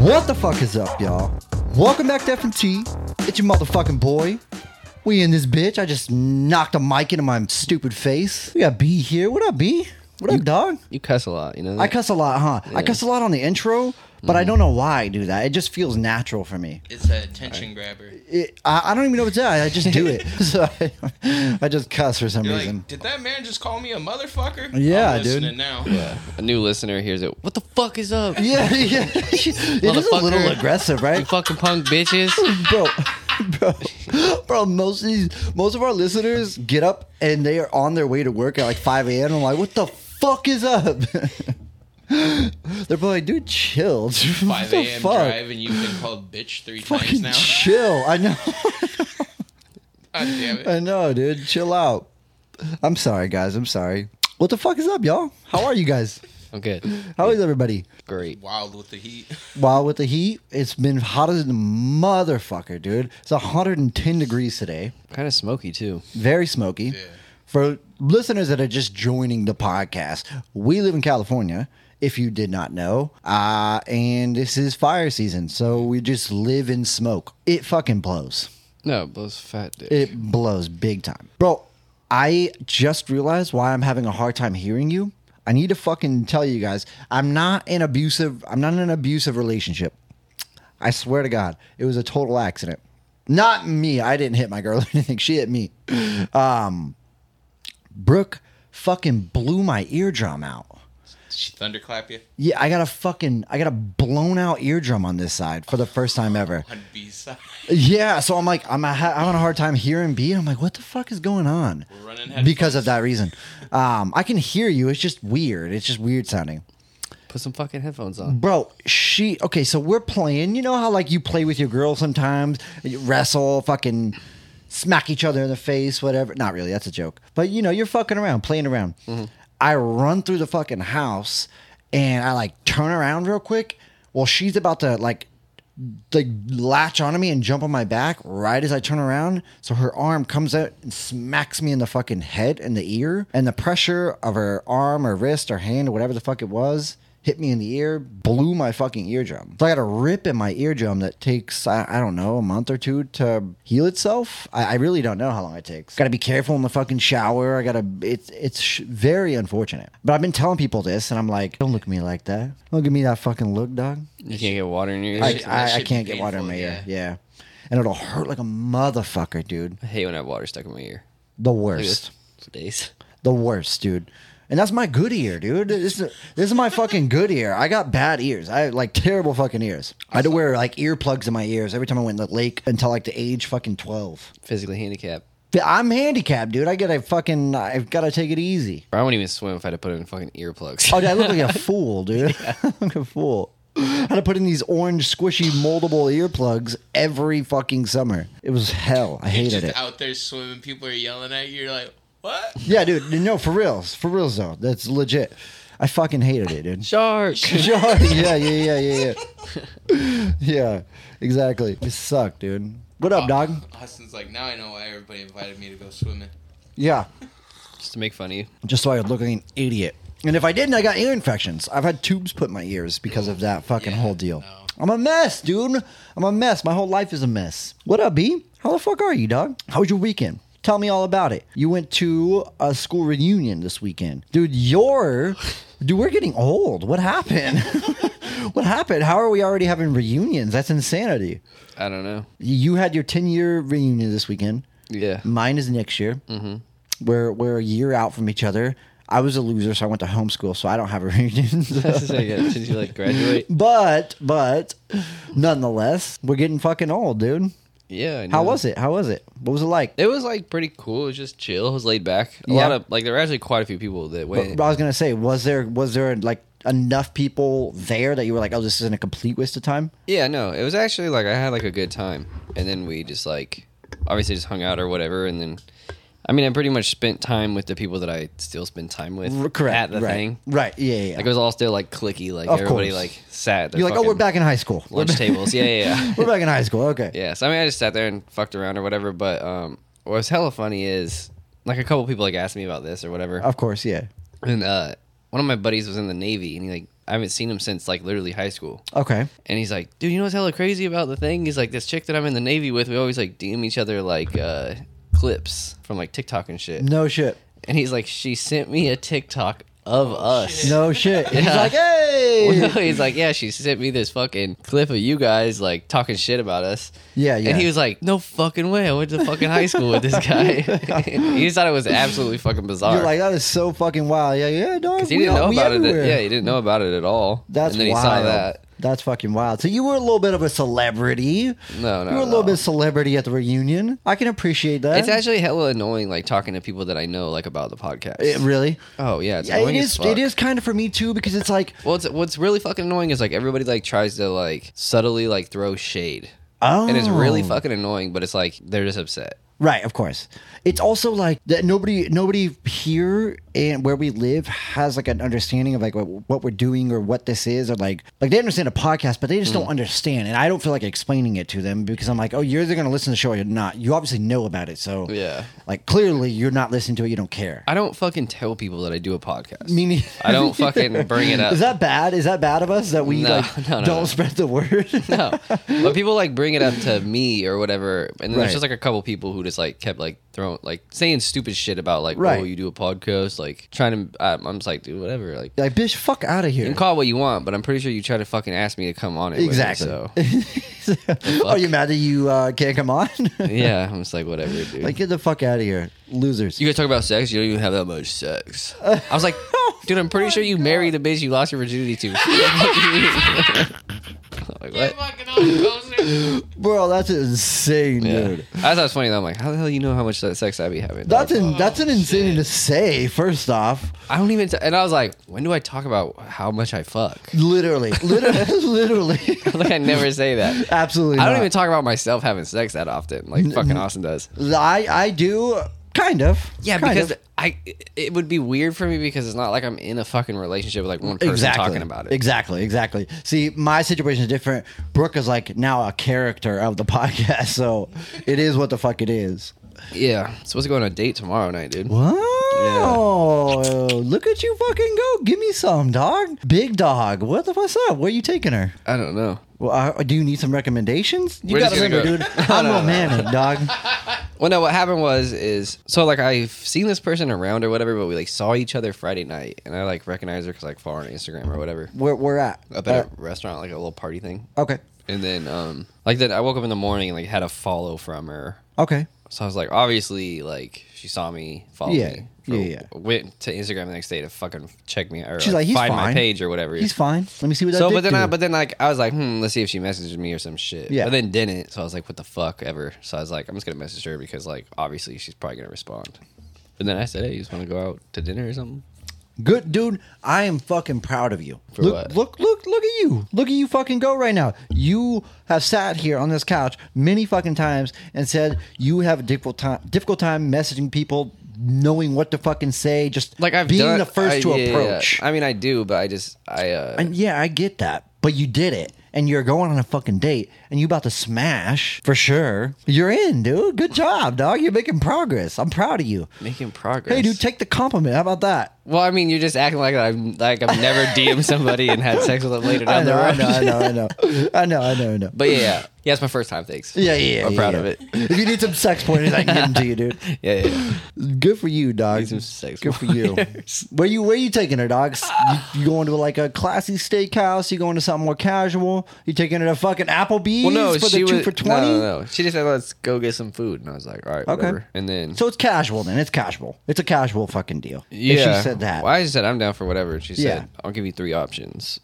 What the fuck is up, y'all? Welcome back to FMT. It's your motherfucking boy. We in this bitch. I just knocked a mic into my stupid face. We got B here. What up, B? What up, dog? You cuss a lot, you know. I cuss a lot, huh? I cuss a lot on the intro, but I don't know why I do that. It just feels natural for me. It's a attention grabber. It, I, I don't even know what's that. I just do it. so I, I just cuss for some You're reason. like, did that man just call me a motherfucker? Yeah, I'm listening dude. Now, a new listener hears it. What the fuck is up? You yeah, yeah. it is a little Motherfucker. aggressive, right? fucking punk bitches. bro, bro, bro. Most of these, most of our listeners get up and they are on their way to work at like 5 a.m. I'm like, what the fuck is up? They're probably like, dude, chill. What 5 the a.m. fuck? drive and you've been called bitch three times Fucking now. chill. I know. God damn it. I know, dude. Chill out. I'm sorry, guys. I'm sorry. What the fuck is up, y'all? How are you guys? I'm good. How is everybody? Great. Wild with the heat. Wow, with the heat, it's been hotter than a motherfucker, dude. It's 110 degrees today. Kind of smoky too. very smoky. For listeners that are just joining the podcast, we live in California. If you did not know, uh, and this is fire season, so we just live in smoke. It fucking blows. No, it blows fat dick. It blows big time, bro. I just realized why I'm having a hard time hearing you. I need to fucking tell you guys, I'm not an abusive. I'm not in an abusive relationship. I swear to God, it was a total accident. Not me. I didn't hit my girl or anything. She hit me. Um, Brooke fucking blew my eardrum out. She thunderclap you Yeah, I got a fucking, I got a blown out eardrum on this side for the first time ever. on B side. Yeah, so I'm like, I'm a, ha- having a hard time hearing B. I'm like, what the fuck is going on? We're running headphones. Because of that reason, um, I can hear you. It's just weird. It's just weird sounding, Put some fucking headphones on. bro. She okay. So we're playing. You know how like you play with your girl sometimes, you wrestle, fucking smack each other in the face, whatever. Not really. That's a joke. But you know, you're fucking around, playing around. I run through the fucking house, and I like turn around real quick. Well, she's about to like like latch onto me and jump on my back right as I turn around. So her arm comes out and smacks me in the fucking head and the ear. And the pressure of her arm or wrist or hand or whatever the fuck it was hit me in the ear, blew my fucking eardrum. So I got a rip in my eardrum that takes, I, I don't know, a month or two to heal itself. I, I really don't know how long it takes. Gotta be careful in the fucking shower. I gotta, it's, it's sh- very unfortunate. But I've been telling people this and I'm like, don't look at me like that. Don't give me that fucking look, dog. You can't get water in your ears. Mm. I, shit- that I, I shit be can't get water in my painful, ear. Yeah. And it'll hurt like a motherfucker, dude. I hate when I have water stuck in my ear. The Like worst. this for days. The worst, dude. And that's my good ear, dude. This is, this is my fucking good ear. I got bad ears. I have, like terrible fucking ears. I had to wear like earplugs in my ears every time I went to the lake until like the age fucking 12. Physically handicapped. But I'm handicapped, dude. I get a fucking, I've got to take it easy. Bro, I wouldn't even swim if I had to put in fucking earplugs. Oh, dude, I look like a fool, dude. I look like a fool. I had to put in these orange, squishy, moldable earplugs every fucking summer. It was hell. I You're hated just it. out there swimming. People are yelling at you. You're like, what? Yeah, dude. No, for reals. For reals though. That's legit. I fucking hated it, dude. Shark. Sure. Yeah, yeah, yeah, yeah, yeah. yeah, exactly. It sucked, dude. What Uh, up, dog? Austin's like, now I know why everybody invited me to go swimming. Yeah. Just to make fun of you. Just so I would look like an idiot. And if I didn't, I got ear infections. I've had tubes put in my ears because of that fucking Yeah, whole deal. no. I'm a mess, dude. I'm a mess. My whole life is a mess. What up, B? How the fuck are you, dog? How was your weekend? Tell me all about it. You went to a school reunion this weekend. Dude, you're. Dude, we're getting old. What happened? what happened? How are we already having reunions? That's insanity. I don't know. You had your 10 year reunion this weekend. Yeah. Mine is next year. Mm-hmm. We're we're a year out from each other. I was a loser, so I went to homeschool, so I don't have a reunion. That's just like, yeah, Did you like graduate? but but nonetheless, we're getting fucking old, dude. Yeah. I How know. was it? How was it? What was it like? It was like pretty cool. It was just chill. It was laid back. A Yeah. lot of like there were actually quite a few people that But- went. but I was gonna say, was there was there like enough people there that you were like, oh, this isn't a complete waste of time? Yeah, no, it was actually like I had like a good time, and then we just like obviously just hung out or whatever, and then I mean I pretty much spent time with the people that I still spend time with. R- correct. at the right. thing. Right. Yeah. Yeah. yeah. Like it was all still like clicky. Like Of everybody course. like sat. At their You're like, oh, we're fucking back in high school. We're Lunch back- tables. Yeah, yeah, yeah. We're back in high school. Okay. yeah. So I mean I just sat there and fucked around or whatever. But um, what was hella funny is like a couple people like asked me about this or whatever. Of course. Yeah. And uh, one of my buddies was in the Navy, and he like I haven't seen him since like literally high school. Okay. And he's like, dude, you know what's hella crazy about the thing? He's like, this chick that I'm in the Navy with, we always like DM each other like uh, clips from like TikTok and shit. No shit. And he's like, she sent me a TikTok of us. No shit. He's Yeah. like, hey. he's like, yeah, she sent me this fucking clip of you guys like talking shit about us. Yeah, yeah. And he was like, no fucking way. I went to fucking high school with this guy. he just thought it was absolutely fucking bizarre. You're like, that is so fucking wild. Yeah, yeah, no. Because he we didn't all- know we about it. everywhere. yeah, he didn't know about it at all. That's and then wild. he saw that. That's fucking wild. So you were a little bit of a celebrity. No, no, You were a little no. bit of celebrity at the reunion. I can appreciate that. It's actually hella annoying, like talking to people that I know, like about the podcast. It- really. oh yeah, it's Yeah, it annoying as is. fuck. It is kind of for me too because it's like, Well, it's, what's really fucking annoying is like everybody like tries to like subtly like throw shade, oh, and it's really fucking annoying. But it's like they're just upset. Right, of course. It's also like that nobody nobody here and where we live has like an understanding of like what, what we're doing or what this is or like like they understand a podcast but they just Mm. don't understand and I don't feel like explaining it to them because I'm like, "Oh, you're either going to listen to the show or you're not. You obviously know about it." So Yeah. Like clearly you're not listening to it, you don't care. I don't fucking tell people that I do a podcast. Me neither. I don't fucking bring it up. Is that bad? Is that bad of us that we No, like no, no, don't no. spread the word? no, but people like bring it up to me or whatever, and then Right. there's just like a couple people who just like kept like throwing like saying stupid shit about like Right. oh you do a podcast like trying to I'm, I'm just like dude whatever like like, bitch, fuck out of here. You can call it what you want, but I'm pretty sure you try to fucking ask me to come on it. with you, Exactly. so Are you mad that you uh, can't come on? yeah, I'm just like whatever, dude. like, get the fuck out of here, losers. you guys talk about sex. You don't even have that much sex. I was like, dude, I'm pretty sure you married the bitch you lost your virginity to. like You're what? fucking on the Bro, that's insane, Yeah. dude. I thought it was funny. Though. I'm like, how the hell you know how much sex I be having? That's Like, an, that's an insane shit. to say. First off, I don't even. T- and I was like, when do I talk about how much I fuck? literally, literally, literally, like I never say that. absolutely. I don't not. even talk about myself having sex that often, like fucking Austin does. I I do kind of. Yeah, kind because of. I it would be weird for me because it's not like I'm in a fucking relationship with like one person exactly talking about it. Exactly, exactly. See, my situation is different. Brooke is like now a character of the podcast, so it is what the fuck it is. Yeah, supposed to go on a date tomorrow night, dude. Wow. Look at you fucking go. Give me some, dog. Big dog. What the fuck's up? Where you taking her? I don't know. Well, uh, do you need some recommendations? You We're gotta just gonna remember, dude. go- I'm No, no, no. romantic, dog. Well, no, what happened was is so like I've seen this person around or whatever, but we like saw each other Friday night, and I like recognized her because like follow her on Instagram or whatever. Where we're at? Up at a restaurant, like a little party thing, Uh, okay. and then um like then I woke up in the morning and like had a follow from her. Okay. So I was like, obviously, like she saw me, followed Yeah, me, yeah, yeah. went to Instagram the next day to fucking check me or She's like, "He's find my fine. page or whatever. He's fine. Let me see what that. So, dick but then, do. I, but then, like, I was like, hmm, let's see if she messages me or some shit. Yeah. But then didn't. So I was like, what the fuck ever. So I was like, I'm just gonna message her because, like, obviously she's probably gonna respond. But then I said, hey, you just want to go out to dinner or something? Good dude, I am fucking proud of you. For look, what? look, look, look at you. Look at you fucking go right now. You have sat here on this couch many fucking times and said you have a difficult time, difficult time messaging people, knowing what to fucking say, just Like, I've being done, the first I- to yeah, yeah, yeah. approach. I mean, I do, but I just, I, uh, and yeah, I get that, but you did it, and you're going on a fucking date, and you about to smash for sure. You're in, dude. Good job, dog. You're making progress. I'm proud of you. making progress. Hey, dude, take the compliment. How about that? well, I mean, you're just acting like I'm, like I've never DM'd somebody and had sex with them later I down know, the I road. know, I know, I know, I know, I know, I know. But yeah, yeah, yeah, it's my first time. Thanks. Yeah, yeah, yeah. I'm proud yeah. of it. If you need some sex pointers, I can give them to you, dude. Yeah, yeah. yeah. Good for you, dog. Need some sex Good for you. pointers. Where you where you taking her, dogs? You, you going to like a classy steakhouse? You going to something more casual? You taking her to fucking Applebee's Well, no, for she the two was for twenty? No, no, no. She just said, "Let's go get some food," and I was like, "All right, Okay. whatever." And then So it's casual then. It's casual. It's a casual fucking deal. yeah, If she said that. Well, I just said I'm down for whatever. And she Yeah. said, "I'll give you three options.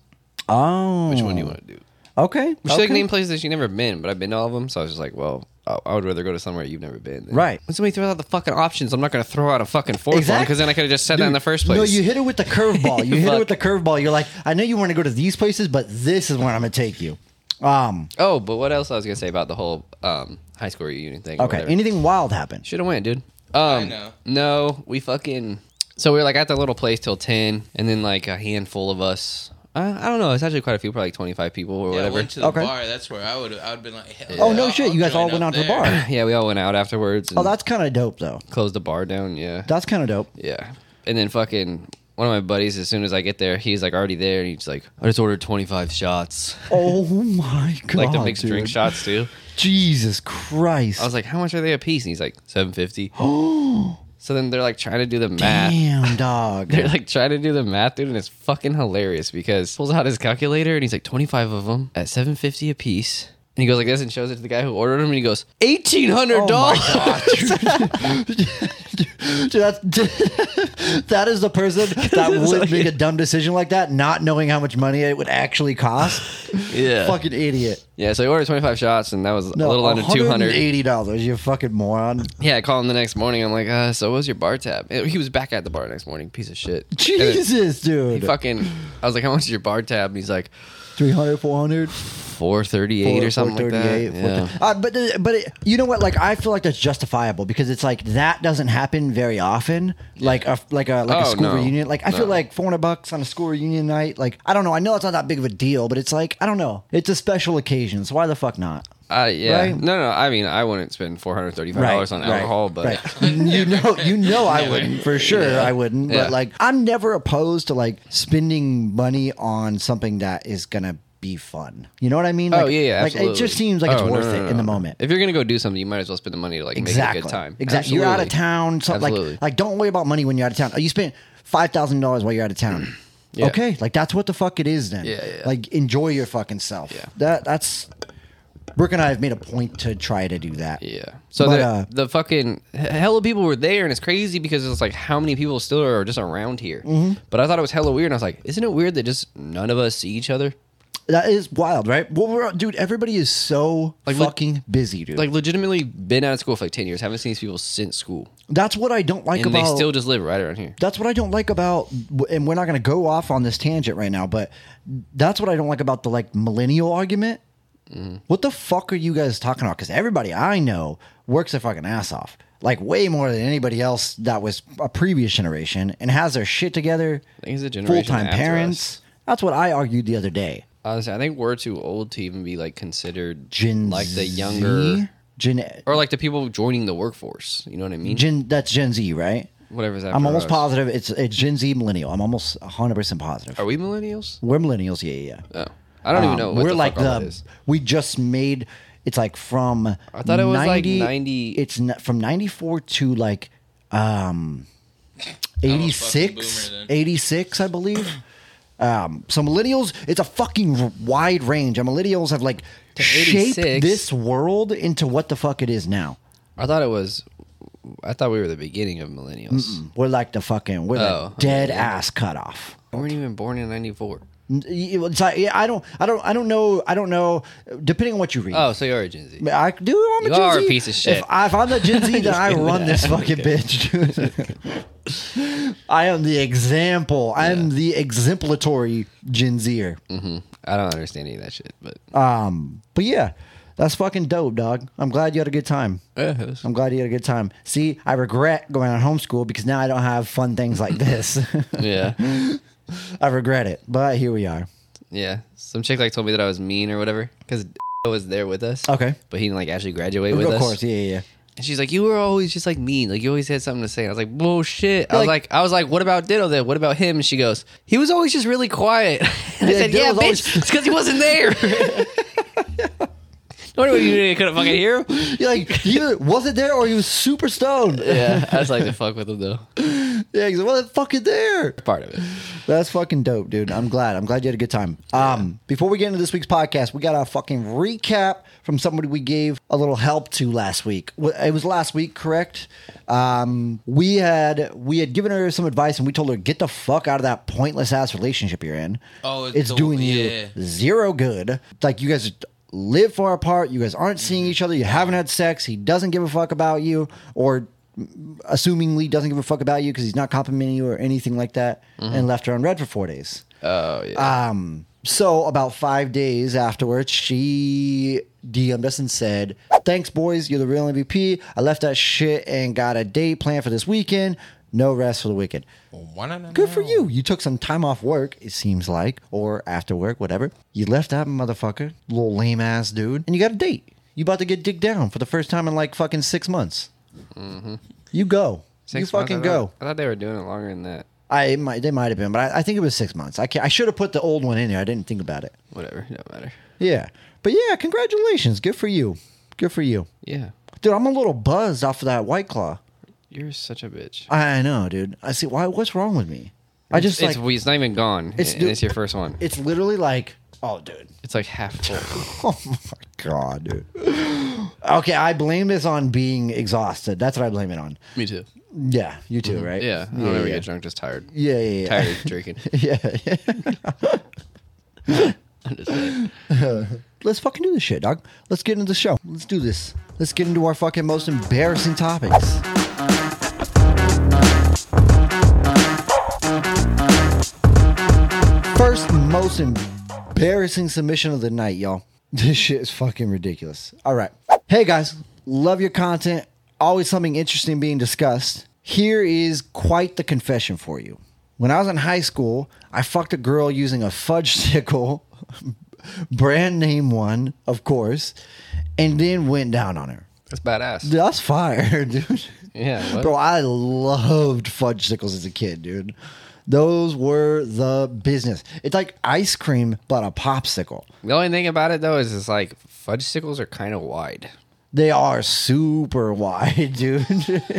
Oh. Which one do you want to do?" Okay. She okay. like named places that she never been, but I've been to all of them. So I was just like, "Well, I, I would rather go to somewhere you've never been." than- Right. When somebody throws out the fucking options, I'm not going to throw out a fucking fourth one Exact- because then I could have just said that in the first place. No, you hit it with the curveball. You hit it Fuck. with the curveball. You're like, I know you want to go to these places, but this is where I'm gonna take you. Um. oh, but what else I was going to say about the whole um, high school reunion thing? or Okay. whatever. Anything wild happened? Should have went, dude. Um, know. No, we fucking. So we were like at the little place till ten, and then like a handful of us. I, I don't know. It's actually quite a few, probably like twenty five people or Yeah, I whatever. went to the Okay. bar. That's where I would. I would been like, hell Oh yeah, no I'll- shit! I'll You guys join all went up out to the there. bar. yeah, we all went out afterwards. And Oh, that's kind of dope, though. closed the bar down. Yeah, That's kind of dope. yeah. And then fucking one of my buddies, as soon as I get there, he's like already there. And he's like, I just ordered 25 shots, Oh my god! like the mixed dude. drink shots too. Jesus Christ! I was like, how much are they a piece? And he's like, 750. oh So then they're like trying to do the math. damn dog! They're like trying to do the math, dude, and it's fucking hilarious because he pulls out his calculator and he's like 25 of them at 750 a piece. And he goes like this and shows it to the guy who ordered them and he goes, $1,800. Dude, that's, that is the person that would make a dumb decision like that, not knowing how much money it would actually cost. yeah. Fucking idiot. Yeah, so he ordered 25 shots and that was No, a little under 200. $180, you fucking moron. Yeah, I call him the next morning. I'm like, uh, so what was your bar tab? And He was back at the bar next morning, piece of shit. And then Jesus, dude. He fucking, I was like, how much is your bar tab? And he's like, 300, 400. 438 or something like that. 438, Yeah. 430. Uh, but uh, but it, you know what? Like I feel like that's justifiable because it's like that doesn't happen very often. Like a like a like a Oh, school no. reunion. Like I No. feel like four hundred bucks on a school reunion night. Like I don't know. I know it's not that big of a deal, but it's like I don't know. It's a special occasion, so why the fuck not? Uh, yeah. Right? No, no. I mean, I wouldn't spend four hundred thirty-five dollars on alcohol, but right. you know, you know, I wouldn't for sure. I wouldn't, Yeah. but like, I'm never opposed to like spending money on something that is gonna be fun. You know what I mean? Like, oh yeah, yeah. Like it just seems like it's absolutely. Oh, worth no, no, it no, in the no. moment. If you're gonna go do something, you might as well spend the money to like exactly. make it a good time. Exactly. You're out of Absolutely. town. So Absolutely. like, like don't worry about money when you're out of town. Oh, you spent five thousand dollars while you're out of town. Yeah. Okay, like that's what the fuck it is then. Yeah, yeah. Like enjoy your fucking self. Yeah. That that's. Brooke and I have made a point to try to do that. Yeah. So But, the uh, the fucking he- hella people were there, and it's crazy because it's like how many people still are just around here. Mm-hmm. But I thought it was hella weird, and I was like, isn't it weird that just none of us see each other? That is wild, right? Well, we're, dude, everybody is so Like, look- fucking busy, dude. Like legitimately been out of school for like ten years, haven't seen these people since school, that's what I don't like and about. they still just live right around here. that's what I don't like about, and we're not going to go off on this tangent right now, but that's what I don't like about the like millennial argument. Mm-hmm. What the fuck are you guys talking about? Because everybody I know works their fucking ass off, like way more than anybody else that was a previous generation and has their shit together. I think it's a Full generation time after parents. us. That's what I argued the other day. Honestly, I think we're too old to even be like considered Gen like the Z? younger Gen or like the people joining the workforce. You know what I mean? Gen that's Gen Z, right? Whatever's that. I'm almost positive it's it's Gen Z millennial. I'm almost 100 percent positive. Are we millennials? We're millennials, yeah, yeah. yeah. Oh, I don't even Um, know. What we're the like fuck all that the is. we just made. It's like from I thought it was like 90 It's n- from 94 to like um fucking 86, boomer then. 86, I believe. Um, so millennials, it's a fucking r- wide range. And millennials have like shaped 86. this world into what the fuck it is now. I thought it was. I thought we were the beginning of millennials. We're like the fucking we're Oh, like dead okay. ass cut off. We weren't even born in '94. N- it- It's like, yeah, I don't, I don't, I don't know, I don't know. Depending on what you read, Oh, so you're a Gen Z. I do. I'm a You Gen are a Z. piece of shit. If, I, if I'm the Gen Z, then I kidding. run this fucking bitch. dude. I am the example. I am the exemplatory Gen Zer. Mm. Mm-hmm. I don't understand any of that shit, but Um, but yeah, that's fucking dope, dog. I'm glad you had a good time. I'm glad you had a good time. See, I regret going on homeschool because now I don't have fun things like this. yeah, I regret it, but here we are. yeah. Some chick like told me that I was mean or whatever because was there with us. Okay. but he didn't like actually graduate with Uh, of us. course, yeah, yeah, yeah. And she's like, "You were always just like mean. Like you always had something to say." And I was like, "Bullshit." I was Like- like, "I was like, what about Ditto then? What about him?" And she goes, "He was always just really quiet." And I Yeah, said, Ditto "Yeah, was bitch. always- It's because he wasn't there." No wonder you couldn't fucking hear him. You're like, he either wasn't there or he was super stoned. Yeah, I just like to fuck with him though. Yeah, he's like, well, fucking there. Part of it. That's fucking dope, dude. I'm glad. I'm glad you had a good time. Um, before we get into this week's podcast, we got a fucking recap from somebody we gave a little help to last week. Wh- It was last week, correct? Um, we had we had given her some advice and we told her get the fuck out of that pointless ass relationship you're in. Oh, it's it's the- doing yeah. you zero good. Like you guys live far apart. You guys aren't Mm-hmm. seeing each other. You haven't had sex. He doesn't give a fuck about you, or assumingly doesn't give a fuck about you because he's not complimenting you or anything like that. And left her on red for four days. Oh yeah. Um, so about five days afterwards, she DM'd us and said, "Thanks, boys. You're the real MVP. I left that shit and got a date planned for this weekend. No rest for the wicked." Why not? Good for you. You took some time off work, it seems like, or after work, whatever. You left that motherfucker, little lame ass dude, and you got a date. You about to get digged down for the first time in like fucking six months. You go. you Six months? fucking I thought- go. I thought they were doing it longer than that. I might they might have been, but I, I think it was six months. I can't, I should have put the old one in there. I didn't think about it. Whatever, don't matter. Yeah, but yeah, congratulations. Good for you. Good for you, Yeah, dude. I'm a little buzzed off of that White Claw. you're such a bitch. I know, dude. I see. Why? What's wrong with me? I just it's, like we- it's not even gone. It's It's, do- it's your first one. it's literally like oh, dude. It's like half full. Oh my god, dude. Okay, I blame this on being exhausted. That's what I blame it on. Me too. Yeah, you too, right? Yeah, Oh, I don't yeah, ever yeah. get drunk. Just tired. yeah, yeah, yeah. Tired of drinking. yeah, yeah. I'm just like, Let's fucking do this shit, dog. Let's get into the show. Let's do this. Let's get into our fucking most embarrassing topics. First, most embarrassing submission of the night, y'all. This shit is fucking ridiculous. All right. Hey, guys. Love your content. Always something interesting being discussed. Here is quite the confession for you. When I was in high school, I fucked a girl using a fudge sickle, brand name one, of course, and then went down on her. That's badass. That's fire, dude. Yeah, what? Bro, I loved fudge sickles as a kid, dude. Those were the business. It's like ice cream, but a popsicle. The only thing about it though is it's like fudge sickles are kind of wide. They are super wide, dude. That's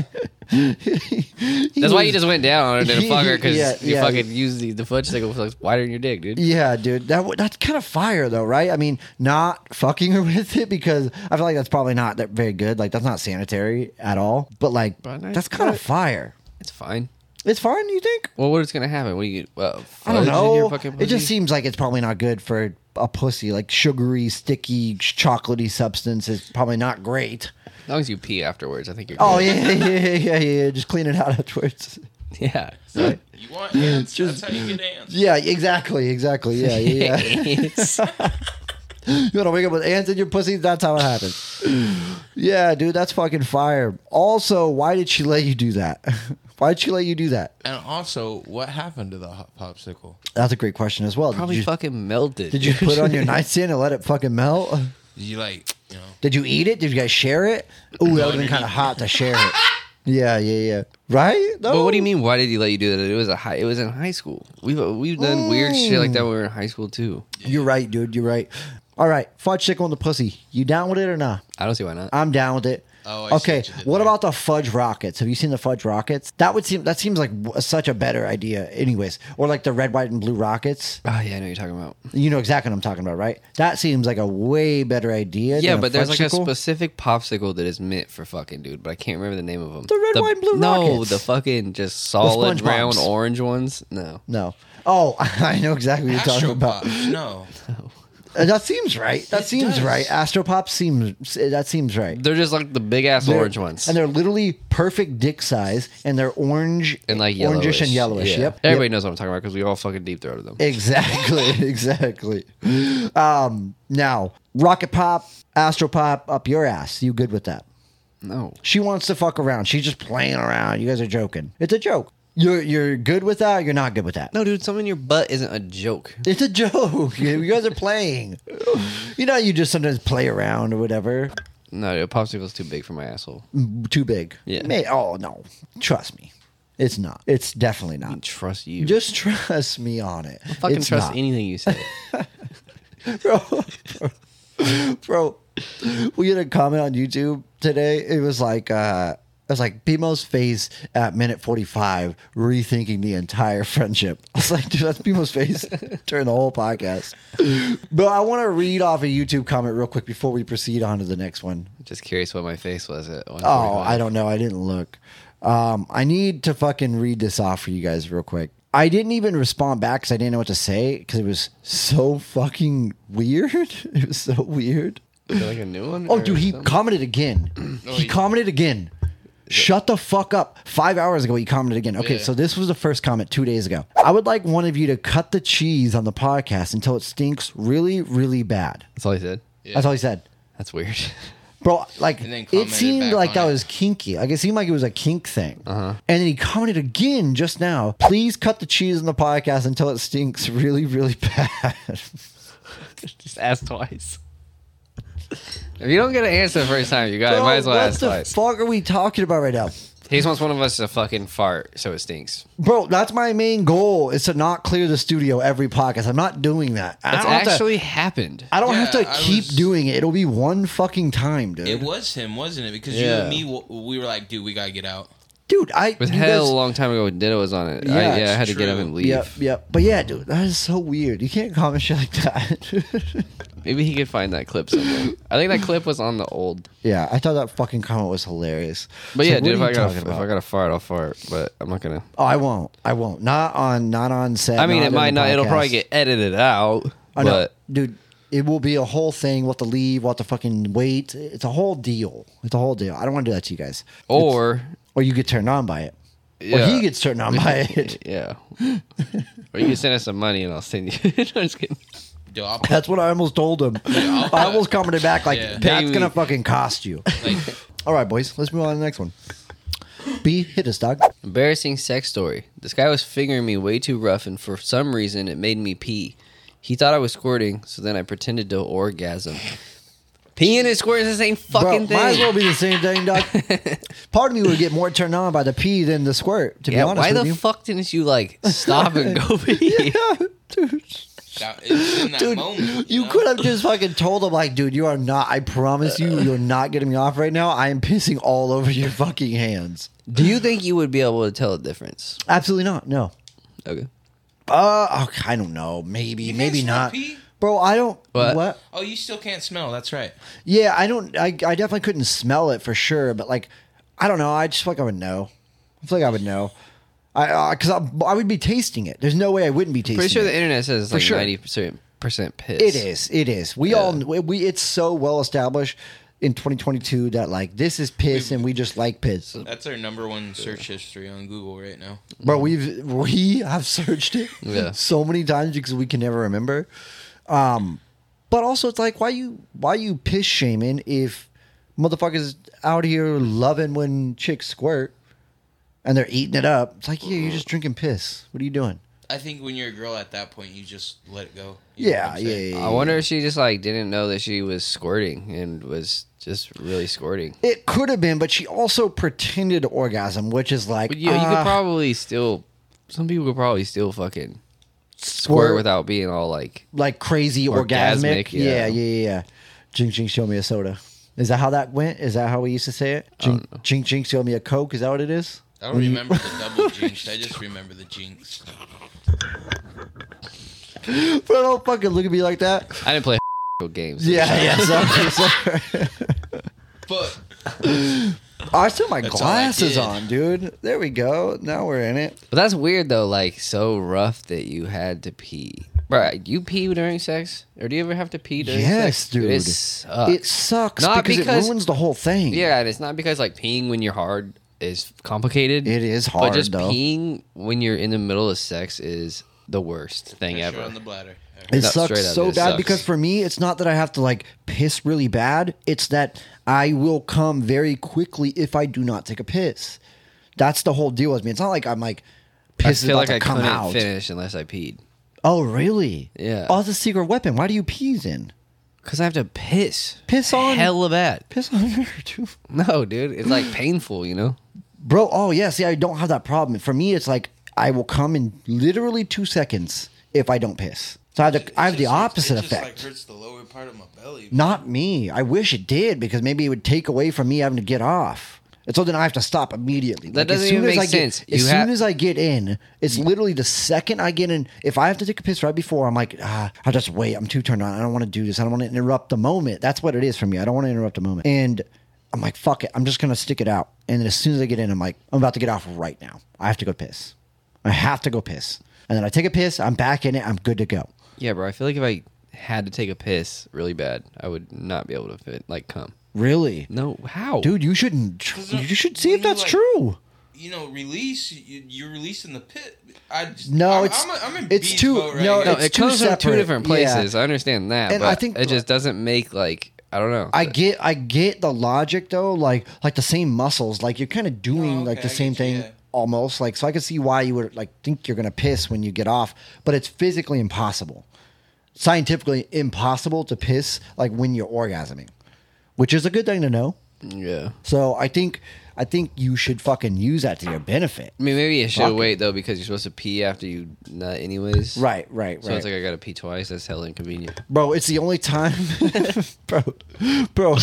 why you just went down on it and fuck her because Yeah, you yeah. fucking use the, the fudge sickle was like wider than your dick, dude. Yeah, dude, that w- that's kind of fire though, right? I mean, not fucking her with it because I feel like that's probably not that very good. Like that's not sanitary at all. But like, But I- that's kind of but- fire. It's fine. It's fine, you think? Well, what is gonna happen? What do you uh, I don't fudge in your know. fucking It just pussy? seems like it's probably not good for a pussy. Like sugary, sticky, chocolatey substance is probably not great. as long as you pee afterwards, I think you're. Oh good. yeah, yeah, yeah, yeah, yeah. Just clean it out afterwards. yeah, yeah. You want ants? That's how you get ants. Yeah, exactly, exactly. Yeah, yeah. yeah. It's- you want to wake up with ants in your pussy? That's how it happens. yeah, dude, that's fucking fire. Also, why did she let you do that? why did she let you do that? And also, what happened to the hot popsicle? That's a great question as well. probably did you, fucking melted. did you put it on your nightstand and let it fucking melt? Did you like, you know, Did you eat it? Did you guys share it? Ooh, that would have been kind of hot to share it. Yeah, yeah, yeah. Right? But what do you No. mean? Why did you let you do that? It was a high. It was in high school. We've we've done weird shit Mm. like that when we were in high school too. You're right, dude. You're right. All right, fudge sickle on the pussy. You down with it or not? I don't see why not. I'm down with it. Oh, I see okay. what you What, did there. about the fudge rockets? Have you seen the fudge rockets? That would seem that seems like w- such a better idea, anyways. Or like the red, white, and blue rockets. Oh yeah, I know what you're talking about. You know exactly what I'm talking about, right? That seems like a way better idea. Yeah, than but there's like a fudgesicle. specific popsicle that is meant for fucking dude, but I can't remember the name of them. The red, white, and blue No, rockets. the fucking just solid SpongeBob's. round orange ones. No, no. Oh, I know exactly what you're talking Astro about. Pop? No. Uh, That seems right. That It seems does. right. Astropop seems that seems right. they're just like the big ass They're- orange ones. and they're literally perfect dick size, and they're orange and like yellowish. orangish and yellowish. Yeah. Yep. Everybody knows what I'm talking about because we all fucking deep throated them. Exactly, exactly. Um, now, Rocket Pop, Astro Pop, up your ass. You good with that? no. She wants to fuck around. She's just playing around. You guys are joking. It's a joke. You're you're good with that. You're not good with that. No, dude, something in your butt isn't a joke. It's a joke. You guys are playing. You know, you just sometimes play around or whatever. No, dude, a popsicle's too big for my asshole. Too big. Yeah. May- oh no. Trust me. It's not. It's definitely not. Trust you. Just trust me on it. fucking It's trust not. anything you say. bro, bro, we had a comment on YouTube today. It was like, uh, it was like BMO's face at minute 45, rethinking the entire friendship. I was like, dude, that's BMO's face during the whole podcast. But I want to read off a YouTube comment real quick before we proceed on to the next one. just curious what my face was at. Oh, I don't know. I didn't look. Um, I need to fucking read this off for you guys real quick. I didn't even respond back because I didn't know what to say because it was so fucking weird. It was so weird. Is there like a new one? Oh, or dude, he something? Oh, commented again. he he- commented again. Shut the fuck up. Five hours ago, he commented again. Okay, Yeah. so this was the first comment two days ago. I would like one of you to cut the cheese on the podcast until it stinks really, really bad. That's all he said. That's all he said. That's weird. Bro, like And then it commented seemed back like on that it. was kinky. Like it seemed like it was a kink thing. Uh-huh. And then he commented again just now. Please cut the cheese on the podcast until it stinks really, really bad. just ask twice. If you don't get an answer the first time, you got it. Bro, Might as well what ask the twice. fuck are we talking about right now? He just wants one of us to fucking fart so it stinks. Bro, that's my main goal is to not clear the studio every podcast. I'm not doing that. I That's don't, have to, actually happened. I don't have to Yeah, I keep was- doing it. It'll be one fucking time, dude. It was him, wasn't it? Because Yeah. you and me, w- we were like, dude, we gotta get out. dude, I With you hell, a guys- long time ago when Ditto was on it. Yeah, I, yeah, I had it's to get up true. and leave. Yep, yep. But yeah, dude, that is so weird. You can't comment shit like that. Maybe he could find that clip somewhere. I think that clip was on the old. yeah, I thought that fucking comment was hilarious. But It's yeah, like, dude, if what I, are got you if talking I about? got to fart, I'll fart. But I'm not gonna. Oh, I won't. I won't. Not on. Not on set. I mean, not it on might the not. It'll podcast. probably get edited out. I know, but dude, it will be a whole thing. We'll have to leave. We'll have to fucking wait. It's a whole deal. It's a whole deal. I don't want to do that to you guys. or Or you get turned on by it. Or Oh. Yeah. he gets turned on by it. yeah, or you can send us some money and I'll send you. no, just kidding. Dude, I'll put, That's what I almost told him. Yeah. I almost commented back like, Yeah. "That's Pay gonna me. fucking cost you." like, All right, boys, let's move on to the next one. B, hit us, dog. Embarrassing sex story. This guy was fingering me way too rough, and for some reason, it made me pee. He thought I was squirting, so then I pretended to orgasm. Peeing and squirting is the same fucking Bro, thing. Might as well be the same thing, dog. Part of me would get more turned on by the pee than the squirt. To yeah, be honest why with the you. fuck didn't you like stop and go pee? that, it's in that Dude, moment. you know? could have just fucking told him, like, dude, you are not, I promise you, you're not getting me off right now. I am pissing all over your fucking hands. Do you think you would be able to tell the difference? Absolutely not. No. Okay. Uh, oh, I don't know. Maybe, You maybe guys don't not. pee? Bro, I don't. What? What? Oh, you still can't smell. That's right. Yeah, I don't, I, I definitely couldn't smell it for sure, but like, I don't know. I just feel like I would know. I feel like I would know. I, because I, I would be tasting it. There's no way I wouldn't be tasting Pretty sure it. the internet says it's like sure. ninety percent percent piss. It is. It is. We all we, we. It's so well established in 2022 that like this is piss and we just like piss. That's our number one search history on Google right now. Bro, we've we have searched it Yeah. so many times because we can never remember. Um, but also it's like why you why you piss shaming if motherfuckers out here loving when chicks squirt and they're eating it up. It's like yeah, you're just drinking piss. What are you doing? I think when you're a girl at that point, you just let it go. You know what Yeah, I'm yeah, saying? yeah, yeah. I wonder if she just like didn't know that she was squirting and was just really squirting. It could have been, but she also pretended orgasm, which is like But yeah, you ah, could probably still. Some people could probably still fucking squirt, squirt without being all like. like crazy orgasmic. Orgasmic, yeah. yeah, yeah. yeah, yeah. Jing Jing, show me a soda. Is that how that went? Is that how we used to say it? Jing Jing, jing show me a coke. Is that what it is? I don't remember the double jinx. I just remember the jinx. But don't fucking look at me like that. I didn't play games. Yeah, yeah. Sorry, sorry. But I still have my That's all I glasses did. on, dude. There we go. Now we're in it. but that's weird though. Like so rough that you had to pee, bro. You pee during sex, or do you ever have to pee during Yes, sex? dude. It sucks. It sucks Not because, because- it ruins the whole thing. Yeah, and it's not because like peeing when you're hard is complicated. It is But hard, just though. peeing when you're in the middle of sex is the worst thing pressure ever. on the bladder. It No, sucks straight up, so it bad sucks. because for me, it's not that I have to like piss really bad. It's that I will come very quickly if I do not take a piss. That's the whole deal with me. It's not like I'm like I pissed feel about like to I come couldn't out. finish unless I peed Oh, really? Yeah. Oh, it's a secret weapon. Why do you pee then? because I have to piss. Piss on- hella bad. Piss on her too. No, dude, it's like painful. You know. Bro, oh yeah, see, I don't have that problem. For me, it's like I will come in literally two seconds if I don't piss. So I have, the I have the opposite it just, effect. Like, hurts the lower part of my belly. Not me. I wish it did because maybe it would take away from me having to get off. And so then I have to stop immediately. That doesn't as soon even as make I get- sense. as You Mm. soon have- as I get in, it's literally the second I get in. If I have to take a piss right before, I'm like, ah, I'll just wait. I'm too turned on. I don't want to do this. I don't want to interrupt the moment. That's what it is for me. I don't want to interrupt the moment. And I'm like, fuck it. I'm just going to stick it out. And then as soon as I get in, I'm like, I'm about to get off right now. I have to go piss. I have to go piss. And then I take a piss. I'm back in it. I'm good to go. Yeah, bro. I feel like if I had to take a piss really bad, I would not be able to fit like come. Really? No, how? Dude, you shouldn't. tr- 'Cause, uh, You should see when if you, that's like- true. You know, release. You, you're releasing the pit. I just, No, I'm, it's- I'm, a, I'm in it's beast too- mode right no, no, now. it's it two comes from two separate- different places. I understand that, And but I I think- think it just doesn't make like I don't know. I get I get the logic though, like like the same muscles, like you're kind of doing Oh, like the okay, I same get you, thing yeah. almost, like so I can see why you would like think you're gonna piss when you get off, but it's physically impossible, scientifically impossible to piss like when you're orgasming, which is a good thing to know. yeah. So I think I think you should fucking use that to your benefit. I mean, maybe I Fuck should it. wait though because you're supposed to pee after you nut, anyways. Right, right, right. So it's like I gotta pee twice. That's hella inconvenient. bro, it's the only time, bro, bro.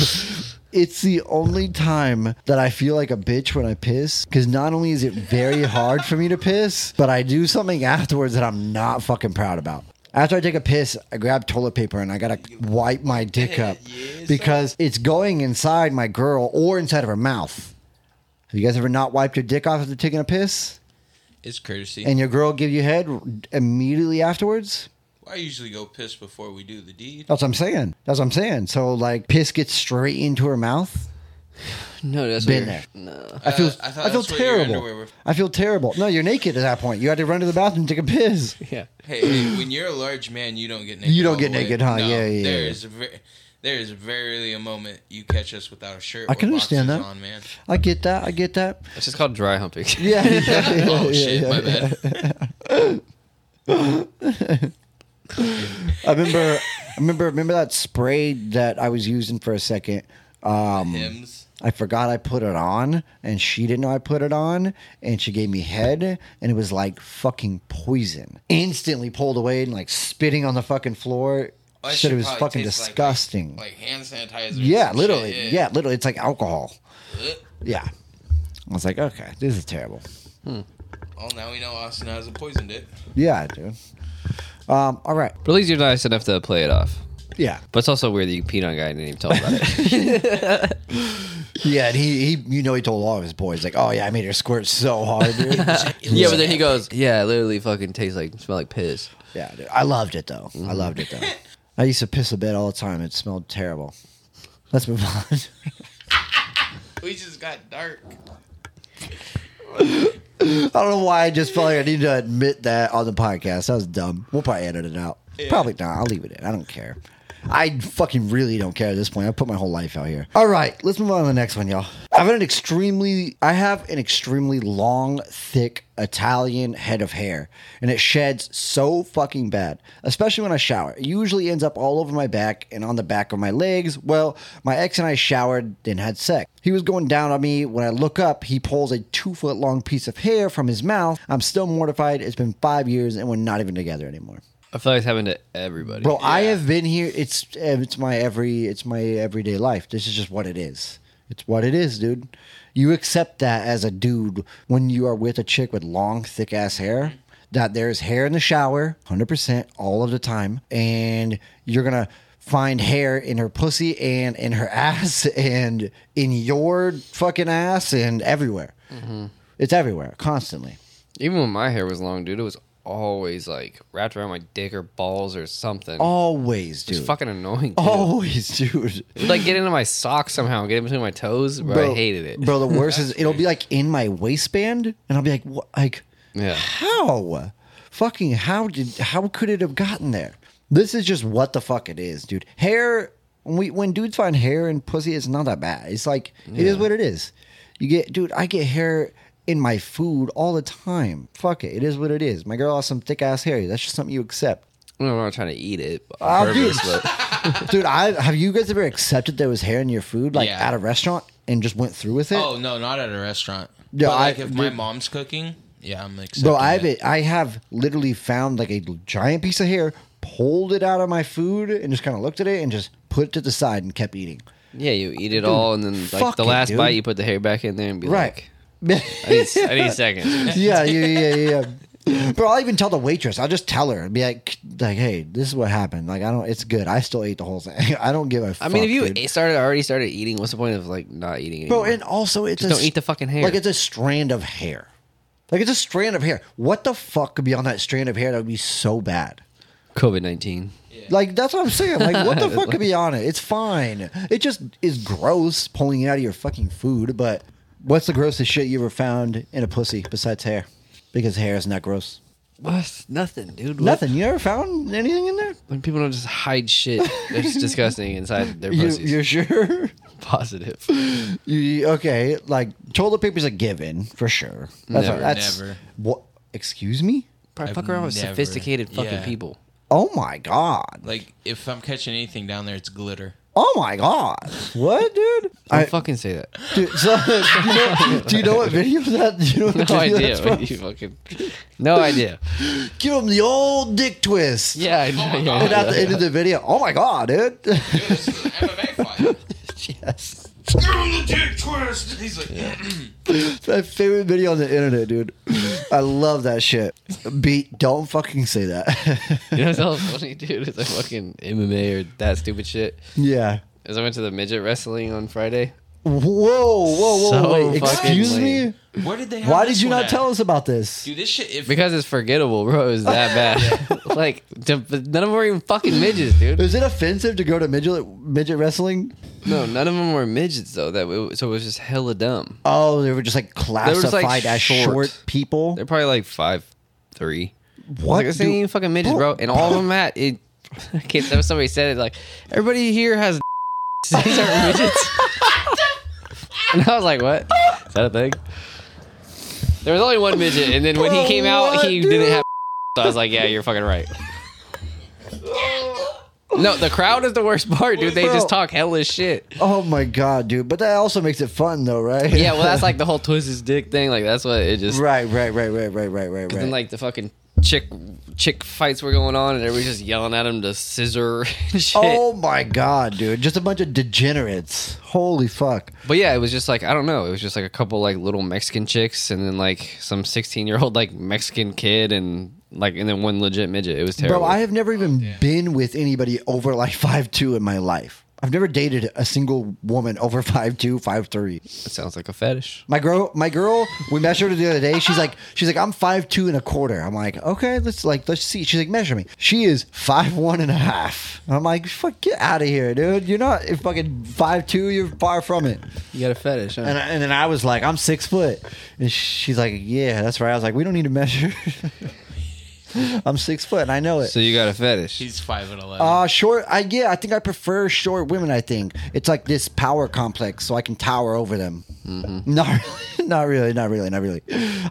It's the only time that I feel like a bitch when I piss because not only is it very hard for me to piss, but I do something afterwards that I'm not fucking proud about. After I take a piss, I grab toilet paper and I gotta wipe my dick up Yes, because it's going inside my girl or inside of her mouth. Have you guys ever not wiped your dick off after taking a piss It's courtesy. and your girl give you head immediately afterwards? I usually go piss before we do the deed. That's what I'm saying. That's what I'm saying. So like piss gets straight into her mouth. No, that's Been weird. No. I feel Uh, I thought I, feel that's what your underwear terrible. were- I feel terrible. No, you're naked at that point. You had to run to the bathroom and take a piss. Yeah. Hey, hey, when you're a large man, you don't get naked. You don't all get the way. naked, huh? No, Yeah, yeah, There yeah. is a very, there is rarely a moment you catch us without a shirt. I can or understand boxers that. On, man. I get that. I get that. It's just called dry humping. Yeah. yeah, yeah, Oh yeah, shit, yeah, my yeah. bad. I remember. I remember. Remember that spray that I was using for a second. Um, Hymns. I forgot I put it on, and she didn't know I put it on, and she gave me head, and it was like fucking poison. Instantly pulled away and like spitting on the fucking floor. That Shit, it was probably fucking tastes like- disgusting. Like, hand sanitizer. yeah, and shit, literally. yeah. literally. It's like alcohol. Ugh. Yeah. I was like, okay, this is terrible. Well, now we know Austin has a poison dick. Yeah, dude. Um, all right. But at least you're nice enough to play it off. Yeah. But it's also weird that you peed on a guy and didn't even tell him about it. Yeah, and he, he you know he told all of his boys, like, oh yeah, I made her squirt so hard, dude. yeah, but then he goes, "Yeah, it literally fucking tastes like smell like piss." Yeah, dude. I loved it though. I loved it though. I used to piss a bed all the time. It smelled terrible. Let's move on. We just got dark. I don't know why I just felt like I need to admit that on the podcast. That was dumb. We'll probably edit it out. Yeah. Probably not. I'll leave it in. I don't care. I fucking really don't care at this point. I put my whole life out here. All right, let's move on to the next one, y'all. I've had an extremely, I have an extremely long, thick Italian head of hair, and it sheds so fucking bad, especially when I shower. It usually ends up all over my back and on the back of my legs. Well, my ex and I showered and had sex. He was going down on me. When I look up, he pulls a two foot long piece of hair from his mouth. I'm still mortified. It's been five years, and we're not even together anymore. I feel like it's happened to everybody. Bro, I have been here. It's eh, it's my every it's my everyday life. This is just what it is. It's what it is, dude. You accept that as a dude when you are with a chick with long, thick ass hair. That there's hair in the shower, hundred percent, all of the time, and you're gonna find hair in her pussy and in her ass and in your fucking ass and everywhere. Mm-hmm. It's everywhere, constantly. Even when my hair was long, dude, it was always like wrapped around my dick or balls or something. Always, it's Oh, dude. Oh, fucking annoying. Dude. Always, dude. like get into my sock somehow, get in between my toes. Bro, I hated it. Bro, the worst is it'll be like in my waistband, and I'll be like, what? Like, Yeah. how? Fucking how did how could it have gotten there? This is just what the fuck it is, dude. Hair. When we when dudes find hair and pussy, it's not that bad. It's like it is what it is. You get, dude. I get hair in my food all the time. Fuck it. It is what it is. My girl has some thick ass hair. That's just something you accept. I'm not trying to eat it on I'll purpose, be- but Dude, I have you guys ever accepted there was hair in your food, like Yeah. at a restaurant, and just went through with it? Oh no, not at a restaurant. Yeah, but like I- if my dude- mom's cooking, yeah, I'm accepting. Bro, I have it. it. I have literally found like a giant piece of hair, pulled it out of my food, and just kind of looked at it and just put it to the side and kept eating. yeah, you eat it all, and then like fuck the it, last dude. bite, you put the hair back in there and be Right. like, I need, I need seconds. yeah, yeah, yeah, yeah, yeah. Bro, I'll even tell the waitress. I'll just tell her and be like, like, hey, this is what happened. Like, I don't. It's good. I still ate the whole thing. I don't give a. I mean, if you dude. ate- started already started eating, what's the point of like not eating anymore? bro, and also it's Just don't s- eat the fucking hair. Like it's a strand of hair. Like it's a strand of hair. What the fuck could be on that strand of hair that would be so bad? COVID nineteen. Like that's what I'm saying. Like what the fuck could be on it? It's fine. It just is gross pulling it out of your fucking food. But what's the grossest shit you ever found in a pussy besides hair? Because hair is not gross. What? Nothing, dude. What- Nothing. You ever found anything in there? When people don't just hide shit that's disgusting inside their You, pussies. you're sure? positive. You- you- okay, like toilet paper's a given for sure. That's Never, that's never. what. Excuse me. Bro, I I've fuck around with never- sophisticated fucking yeah. people. Oh my god. Like if I'm catching anything down there, it's glitter. Oh my god! What, dude? Don't I, fucking say that. dude so, do, you know, do you know what video that? Do you know what No video idea. that's from? You fucking. No idea. Give him the old dick twist. Yeah, I know. yeah, And at the yeah. end of the video, oh my god, dude! Dude, this is an MMA fight. yes, Give him the dick twist. He's like, It's my favorite video on the internet, dude. I love that shit. Beat, don't fucking say that. You know what's all funny, dude? Is I fucking MMA or that stupid shit. yeah. Is I went to the midget wrestling on Friday. Whoa, whoa, whoa, So wait! fucking Excuse lame. me. where did they? Have Why this did you one not at? tell us about this? Dude, this shit. If Because it's forgettable, bro. It was that bad. like, d- but none of them were even fucking midgets, dude. Is it offensive to go to midget midget wrestling? No, none of them were midgets, though. That it, So it was just hella dumb. Oh, they were just like were classified just, like, as short. short, people. They're probably like five, three. What Like, this ain't do- even fucking midgets, Bro. bro. And all of them had it. I can't. that was Somebody said it like everybody here has. These are midgets. and I was like, what? Is that a thing? There was only one midget, and then when he Bro, came out, what, he dude? didn't have. So I was like, yeah, you're fucking right. No, the crowd is the worst part, dude. They Bro. just talk hellish shit. Oh my god, dude! But that also makes it fun, though, right? Yeah, well, that's like the whole twist his dick thing. Like that's what it just. right, right, right, right, right, right, right, right. And like the fucking chick chick fights were going on, and everybody's just yelling at him to scissor and shit. oh my god, dude! Just a bunch of degenerates. Holy fuck! But yeah, it was just like I don't know. It was just like a couple like little Mexican chicks, and then like some sixteen year old like Mexican kid, and like and then one legit midget. It was terrible. Bro, I have never even been with anybody over like five two in my life. I've never dated a single woman over five two, five three. it sounds like a fetish. My girl, my girl, we measured her the other day. She's like, she's like, I'm five two and a quarter. I'm like, okay, let's like, let's see. She's like, measure me. She is five one and a half. I'm like, fuck, get out of here, dude. You're not fucking five two. You're far from it. You got a fetish, huh? And I, and then I was like, I'm six foot, and she's like, yeah, that's right. I was like, we don't need to measure. I'm six foot, and I know it. so you got a fetish. He's five and eleven. Uh, short. I yeah. I think I prefer short women. I think it's like this power complex, so I can tower over them. Not, not really, not really, not really.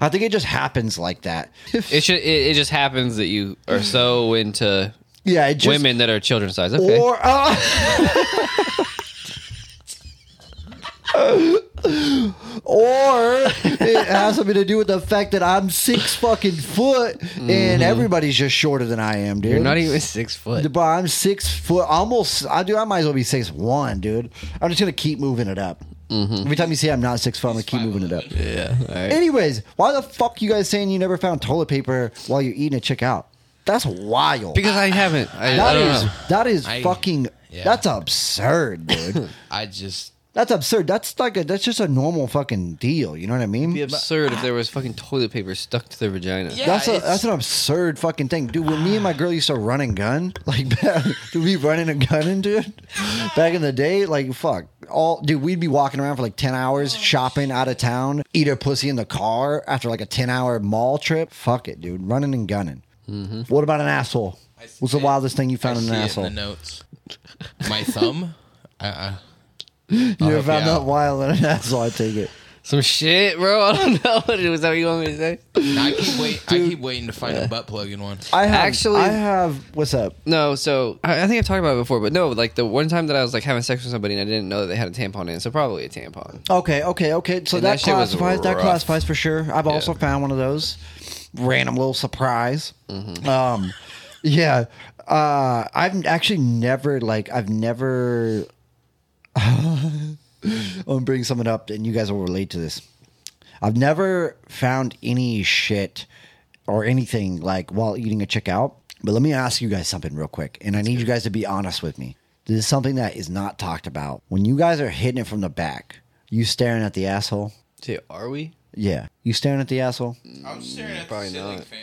I think it just happens like that. It should. It, it just happens that you are so into yeah, it just, women that are children size. Okay. or uh, or it has something to do with the fact that I'm six fucking foot and everybody's just shorter than I am, dude. Mm-hmm. You're not even six foot. But I'm six foot, almost. I do. I might as well be six one, dude. I'm just gonna keep moving it up. Every time you say I'm not six foot, I'm gonna keep moving it up. Mm-hmm. yeah. All right. Anyways, why the fuck you guys saying you never found toilet paper while you're eating a chick out? That's wild. Because I haven't. I, I That don't is know. that is uh, I- fucking. yeah. That's absurd, dude. I just that's absurd. That's like a, that's just a normal fucking deal. You know what I mean? It'd be absurd if there was fucking toilet paper stuck to their vagina. Yeah. That's a, it's- that's an absurd fucking thing, dude. When me and my girl used to run and gun, like, dude, we running and gunning, dude. Back in the day, like, fuck, all, dude, we'd be walking around for like ten Oh, hours, shopping out of town, eat a pussy in the car after like a ten hour mall trip. Fuck it, dude, running and gunning. What about an asshole? Mm-hmm. I see What's the it. wildest thing you found I in see an it asshole? In the notes. My thumb. Uh, I, I, Oh, you I'll ever help found you out out. wild in an asshole? I take it. Some shit, bro. I don't know. Was that what you want me to say? I keep wait. I keep waiting to find a butt plug in one. I have, Actually- I have. What's up? No, so I, I think I've talked about it before, but no, like the one time that I was like having sex with somebody and I didn't know that they had a tampon in, so probably a tampon. Okay, okay, okay. So And that, that shit was classifies. That rough. classifies for sure. I've also found one of those random little surprise. Mm-hmm. Um, yeah, uh, I've actually never like I've never. I'm gonna bring something up, and you guys will relate to this. I've never found any shit or anything like while eating a chick out. But let me ask you guys something real quick, and I need you guys to be honest with me. This is something that is not talked about. When you guys are hitting it from the back, you staring at the asshole. Dude, are we? Yeah, you staring at the asshole. I'm staring Mm, at the probably ceiling not. fan.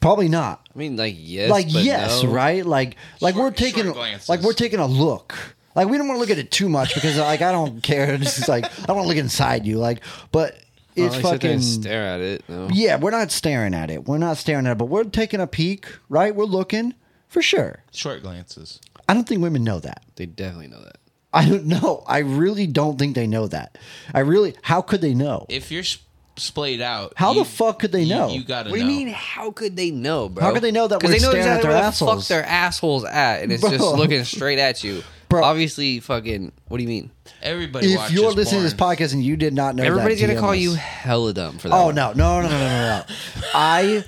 Probably not. I mean, like yes, like but yes, no. right? Like like Short- we're taking short glances. like we're taking a look. Like we don't want to look at it too much because like I don't care. It's just like I don't want to look inside you. Like, but Well, it's I sit there fucking and stare at it. No. Yeah, we're not staring at it. We're not staring at it, but we're taking a peek, right? We're looking for sure. Short glances. I don't think women know that. They definitely know that. I don't know. I really don't think they know that. I really, how could they know? If you're sp- splayed out, How the fuck could they you- know? You gotta What do know. you mean? How could they know, bro? How could they know that 'Cause we're they know staring at exactly their where the fuck assholes? their assholes at, and it's just Bro. looking straight at you. Bro. Obviously, fucking. What do you mean? Everybody. If watches you're listening to this porn. podcast and you did not know, that, Everybody's gonna DM call us. you hella dumb for that. Oh one. no, no, no, no, no, no! no. I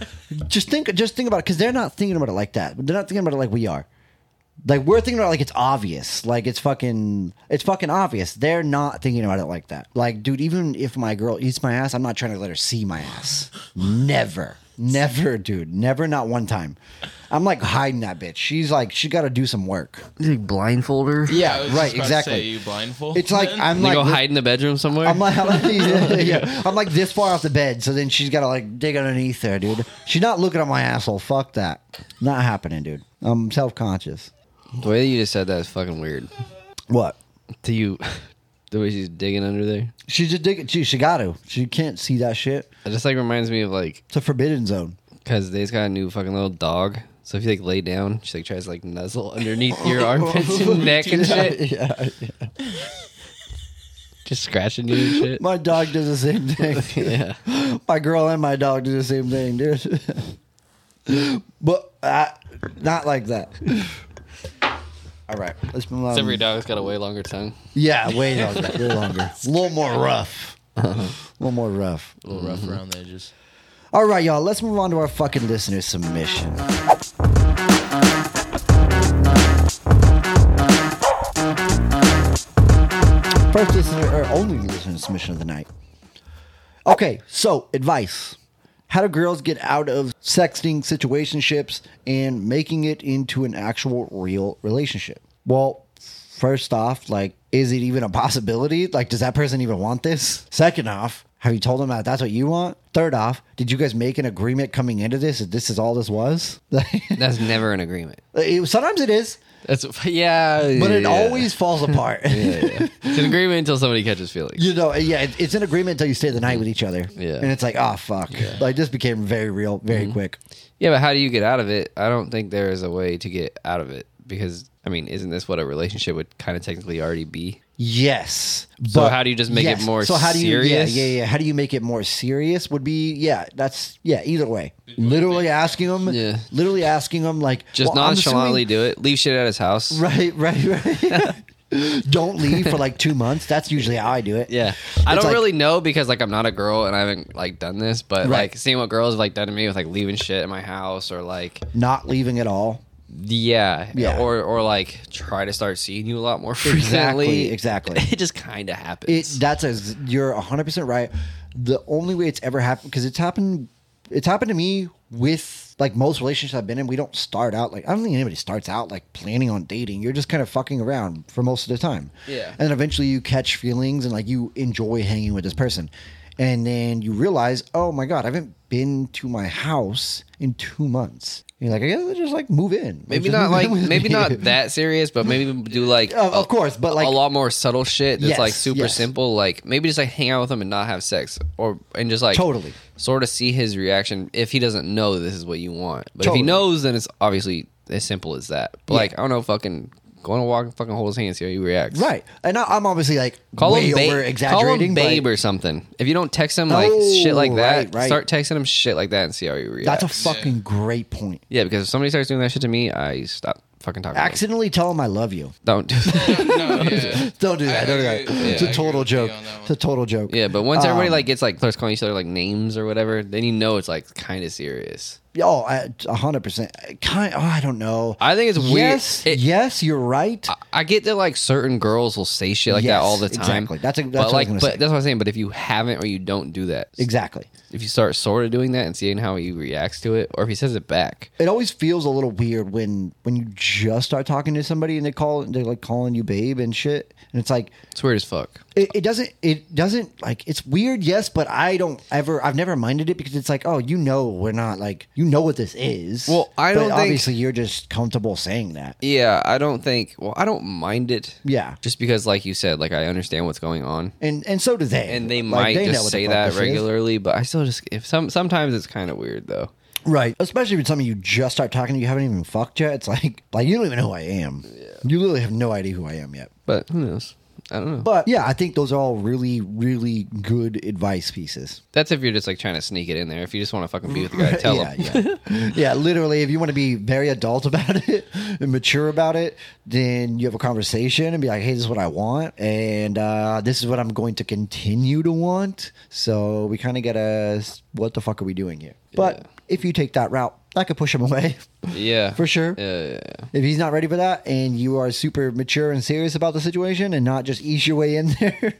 just think, just think about it because they're not thinking about it like that. They're not thinking about it like we are. Like we're thinking about it like it's obvious, like it's fucking, it's fucking obvious. They're not thinking about it like that. Like, dude, even if my girl eats my ass, I'm not trying to let her see my ass. Never, never, dude, never, not one time. I'm like hiding that bitch. She's like, she got to do some work. Dude, blindfolder. Yeah. I was right, just about to exactly. say, you blindfold. It's like then? I'm And they like go hide in the bedroom somewhere. I'm like, I'm like, yeah, yeah. I'm like this far off the bed, so then she's got to like dig underneath there, dude. She's not looking at my asshole. Fuck that. Not happening, dude. I'm self conscious. the way that you just said that is fucking weird. What? To you, the way she's digging under there, She's just digging. She, she got to. She can't see that shit. it just like reminds me of like It's a forbidden zone. because they's got a new fucking little dog. So if you like lay down, she like tries to like nuzzle underneath your armpits and neck and shit, yeah, yeah. just scratching you and shit. My dog does the same thing. Yeah. my girl and my dog do the same thing, dude. but uh, not like that. All right, let's move on. Every dog's got a way longer tongue. Yeah, way longer. way longer. Uh-huh. A little more rough. A little more rough. a little rough around the edges. All right, y'all. Let's move on to our fucking listener submission. First listener or only listener submission of the night. Okay, so advice. How do girls get out of sexting situationships and making it into an actual real relationship? Well, first off, like, is it even a possibility? Like, does that person even want this? Second off, have you told them that that's what you want? Third off, did you guys make an agreement coming into this that this is all this was? That's never an agreement. It- Sometimes it is, That's yeah, but it yeah. always falls apart. it's an agreement until somebody catches feelings. You know, yeah, it- it's an agreement until you stay the night with each other. Yeah. Mm-hmm. And it's like, oh, fuck. Like, this became very real, very quick. Yeah, but how do you get out of it? I don't think there is a way to get out of it because I mean, isn't this what a relationship would kind of technically already be? Yes. So how do you just make it more do you, serious? Yeah, yeah, yeah. How do you make it more serious would be, yeah, that's, yeah, either way. Literally asking them, Yeah. literally asking them, like, Just well, I'm nonchalantly assuming- do it. Leave shit at his house. Right, right, right. Don't leave for like two months. That's usually how I do it. Yeah, I It's don't like- really know because like I'm not a girl and I haven't like done this, but Right. like seeing what girls have like done to me with like leaving shit at my house or like Not leaving at all. yeah, Yeah. or or like try to start seeing you a lot more Exactly, frequently. exactly. It just kind of It happens. that's a you're 100 percent right. The only way it's ever happened because it's happened it's happened to me with like most relationships I've been in. We don't start out like I don't think anybody starts out like planning on dating. You're just kind of fucking around for most of the time. Yeah. and eventually you catch feelings and like you enjoy hanging with this person, and then you realize, oh my god, I haven't been to my house in two months. And You're like, I guess I'll just like move in. maybe Just not move like in with maybe me. not that serious, but maybe do like Of- of course, but, like- a lot more subtle shit that's Yes, like super yes. simple. Like maybe just like hang out with him and not have sex, or and just like Totally. sort of see his reaction if he doesn't know this is what you want. But if Totally. he knows, then it's obviously as simple as that. But Yeah. like I don't know, fucking go on a walk and fucking hold his hand, see how he reacts. Right, and I, I'm obviously like Call way him babe. over Call him exaggerating. but- babe or something. If you don't text him like Oh, shit like that, right, right. start texting him shit like that and see how he That's reacts. a fucking great point. yeah, because if somebody starts doing that shit to me, I stop fucking talking. to them. Accidentally tell him I love you. Don't do that. No, yeah. Don't do I- that. Don't do I that. agree- yeah, it's a I agree total with you joke. on that one. It's a total joke. Yeah, but once everybody Um, like gets like starts calling each other like names or whatever, then you know it's like kind of serious. oh, I- a hundred percent. Kind. Oh, I don't know. I think it's weird. yes, It- yes, you're right. I get that like certain girls will say shit like Yes, that all the time. exactly. That's a- that's but, what I was like, gonna but say. that's what I'm saying. But if you haven't or you don't do that, exactly. if you start sort of doing that and seeing how he reacts to it, or if he says it back, It always feels a little weird when when you just start talking to somebody and they call they're like calling you babe and shit, and it's like it's weird as fuck. it, it doesn't it doesn't like it's weird yes but i don't ever i've never minded it because it's like oh you know we're not like you know what this is Well, I But don't think- obviously you're just comfortable saying that Yeah, I don't think. Well, I don't mind it. Yeah. just because like you said, like I understand what's going on. and and so do they And they Like, might know just what the say fuck that this is. regularly, but I still just if some sometimes it's kind of weird though. right especially if it's something you just start talking to you haven't even fucked yet it's like like you don't even know who i am you literally have no idea who i am yet But who knows? I don't know. But yeah, I think those are all really, really good advice pieces. That's if you're just like trying to sneak it in there. If you just want to fucking be with the guy, tell yeah, him. yeah, yeah. Literally, if you want to be very adult about it and mature about it, then you have a conversation and be like, "Hey, this is what I want, and uh, this is what I'm going to continue to want." So we kind of get a, "What the fuck are we doing here?" But if you take that route, I could push him away Yeah. for sure. Yeah, yeah, If he's not ready for that, and you are super mature and serious about the situation, and not just ease your way in there,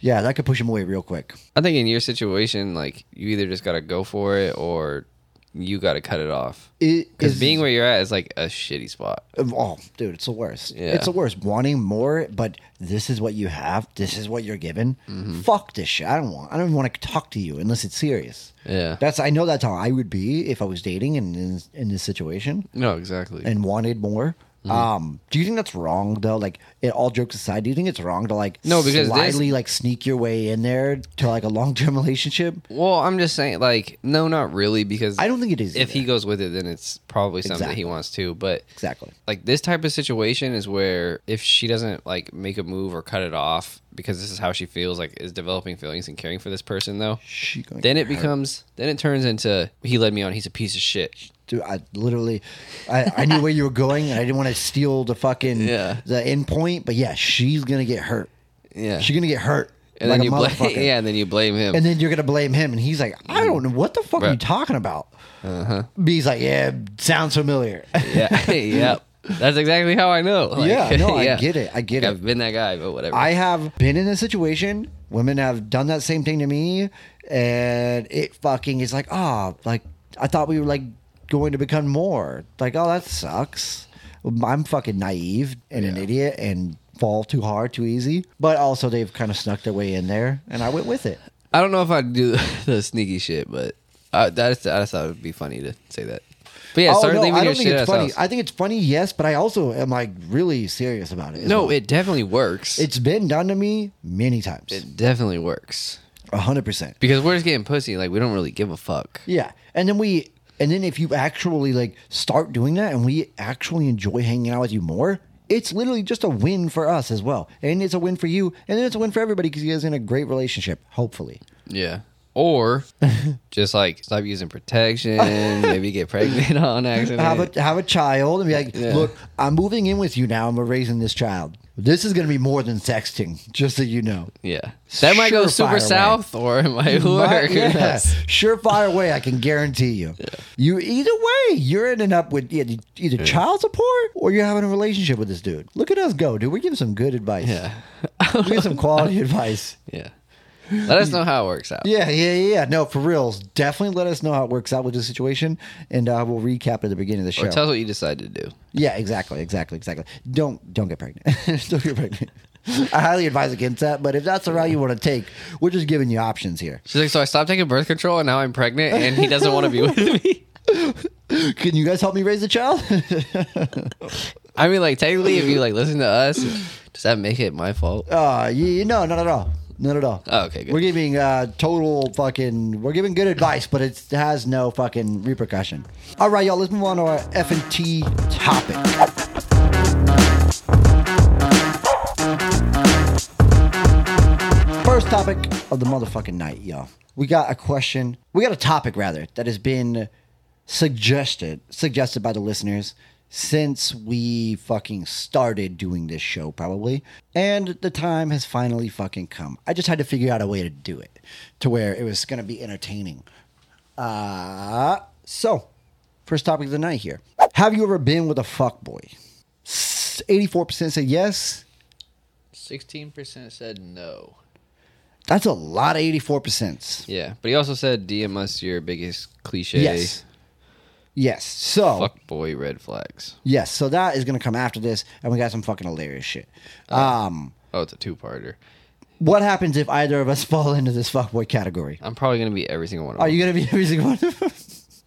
yeah, that could push him away real quick. I think in your situation, like you either just gotta go for it or you gotta cut it off. It Because is- being where you're at is like a shitty spot. Oh, dude, it's the worst. Yeah. It's the worst. Wanting more, but this is what you have. This is what you're given. Mm-hmm. Fuck this shit. I don't want. I don't even want to talk to you unless it's serious. Yeah. That's. I know that's how I would be if I was dating and in, in this situation No, exactly. and wanted more. Mm-hmm. Um, do you think that's wrong though? Like, it, all jokes aside, do you think it's wrong to like No, because this- slyly like sneak your way in there to like a long term relationship? well, I'm just saying, like, no, not really, because I don't think it is. if he either. goes with it, then it's probably something that he Exactly. wants to. But exactly, like this type of situation is where if she doesn't like make a move or cut it off because this is how she feels, like is developing feelings and caring for this person though, she going then to it hurt. becomes then it turns into he led me on, he's a piece of shit. Dude, I literally, I, I knew where you were going, and I didn't want to steal the fucking Yeah. the end point. But yeah, she's gonna get hurt. Yeah. She's gonna get hurt and like then a you motherfucker. blame yeah, and then you blame him. And then you're gonna blame him, and he's like, "I don't know what the fuck are you Right. talking about." Uh-huh. He's like, "Yeah, sounds familiar." yeah. yep. That's exactly how I know. Like, Yeah, no, I get it. I get Like, it. I've been that guy, but whatever. I have been in a situation. Women have done that same thing to me, and it fucking is like, oh, like I thought we were like going to become more. Like, oh, that sucks. I'm fucking naive and an idiot and fall too hard too easy. But also, they've kind of snuck their way in there, and I went with it. I don't know if I'd do the sneaky shit, but I, that's, I just thought it would be funny to say that. But yeah, oh start no, leaving I your don't shit think at it's his funny. house. I think it's funny, yes, but I also am like really serious about it. as no, well. it definitely works. it's been done to me many times, It definitely works hundred percent. because we're just getting pussy. Like we don't really give a fuck. Yeah, and then we, and then if you actually like start doing that, and we actually enjoy hanging out with you more, it's literally just a win for us as well, and it's a win for you, and then it's a win for everybody because you guys are in a great relationship, hopefully. Yeah. Or just like stop using protection. maybe get pregnant on accident. Have a have a child and be like, Yeah. look, I'm moving in with you now, and we're raising this child. This is going to be more than sexting, just so you know. yeah, that might go Surefire super way. south, or it might My- work. Who yeah, knows? surefire way, I can guarantee you. You either way, you're ending up with either, either child support or you're having a relationship with this dude. Look at us go, dude. We're giving some good advice. Yeah. we give some quality advice. Yeah. Let us know how it works out. Yeah, yeah, yeah. yeah. No, for reals. Definitely let us know how it works out with this situation, and uh, we'll recap at the beginning of the show. Or tell us what you decide to do. yeah, exactly, exactly, exactly. Don't don't get pregnant. don't get pregnant. I highly advise against that, but if that's the route you want to take, we're just giving you options here. She's like, so I stopped taking birth control and now I'm pregnant and he doesn't want to be with me. Can you guys help me raise a child? I mean, like technically, if you like listen to us, does that make it my fault? Uh, yeah, no, not at all. Not at all. Oh, okay, good. We're giving uh, total fucking. We're giving good advice, but it has no fucking repercussion. All right, y'all. Let's move on to our F and T topic. First topic of the motherfucking night, y'all. We got a question. We got a topic rather that has been suggested suggested by the listeners since we fucking started doing this show probably and the time has finally fucking come i just had to figure out a way to do it to where it was going to be entertaining uh so first topic of the night here have you ever been with a fuck boy 84% said yes 16% said no. that's a lot of 84% Yeah. But he also said DM us your biggest cliche Yes. yes so fuck boy red flags. yes so that is going to come after this and we got some fucking hilarious shit um Oh, it's a two parter. What happens if either of us fall into this fuckboy category? I'm probably going to be every single one of them. Are you gonna be every single one of them?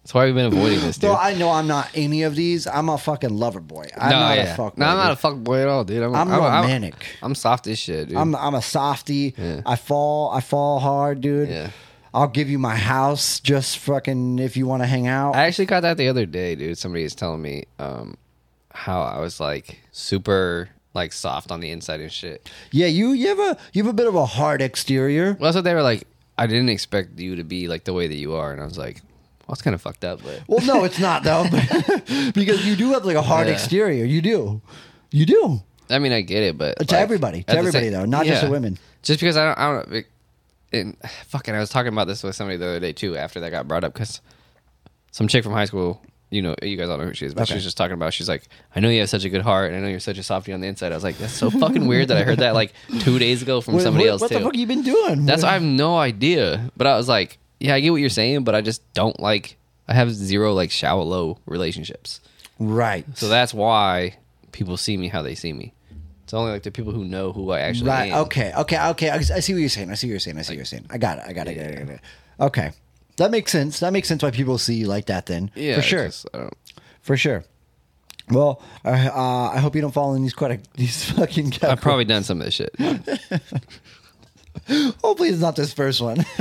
That's why we've been avoiding this, dude. So I know I'm not any of these. I'm a fucking lover boy. I'm no, not yeah. a fuckboy. no, I'm not a dude. fuck boy at all, dude. I'm, I'm I'm romantic. I'm, I'm soft as shit, dude. I'm I'm a softy. Yeah. I fall I fall hard, dude. Yeah. I'll give you my house just fucking if you want to hang out. I actually got that the other day, dude. Somebody was telling me um, how I was like super like soft on the inside and shit. Yeah, you you have a you have a bit of a hard exterior. Well, that's what they were like. I didn't expect you to be like the way that you are, and I was like, well, it's kind of fucked up, but Well, no, it's not though, because you do have like a hard Yeah. exterior. You do, you do. I mean, I get it, but To everybody. To at the everybody, though, not just to women. Just because I don't, I don't. It, and fucking, I was talking about this with somebody the other day too. After that got brought up, because some chick from high school, you know, you guys all know who she is, but she Okay. was just talking about. She's like, I know you have such a good heart, and I know you're such a softie on the inside. I was like, that's so fucking weird that I heard that like two days ago from What- somebody what, else What too. the fuck you been doing? That's What- I have no idea. But I was like, yeah, I get what you're saying, but I just don't like. I have zero like shallow relationships, right. so that's why people see me how they see me. It's only like the people who know who I actually Right. am. Okay. Okay. Okay. I, I see what you're saying. I see what you're saying. I see what you're saying. I got it. I got it. I got it, I got it. Okay. That makes sense. That makes sense why people see you like that then. Yeah, For sure. it's just, uh, I don't- For sure. Well, I uh, I hope you don't fall in these credit these fucking. I've probably done some of this shit. Hopefully, it's not this first one.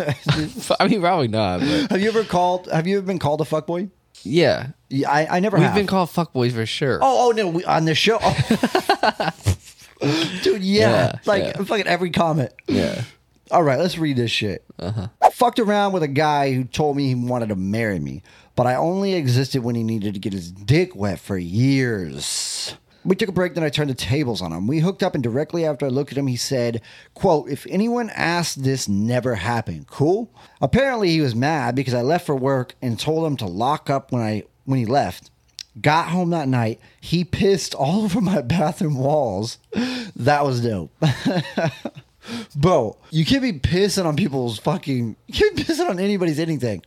I mean, probably not. But have you ever called? Have you ever been called a fuckboy? yeah, Yeah, I I never. we've have. been called fuckboys for sure. Oh, oh no, we, on the show. Oh. Dude, yeah. Yeah, like yeah. fucking every comment. yeah. All right, let's read this shit. Fucked around with a guy who told me he wanted to marry me, but I only existed when he needed to get his dick wet for years. We took a break, then I turned the tables on him. We hooked up, and directly after I looked at him, he said, "Quote: If anyone asks, this never happened. Cool." Apparently, he was mad because I left for work and told him to lock up when I when he left. Got home that night. He pissed all over my bathroom walls. That was dope. Bro, you can't be pissing on people's fucking. You can't be pissing on anybody's anything.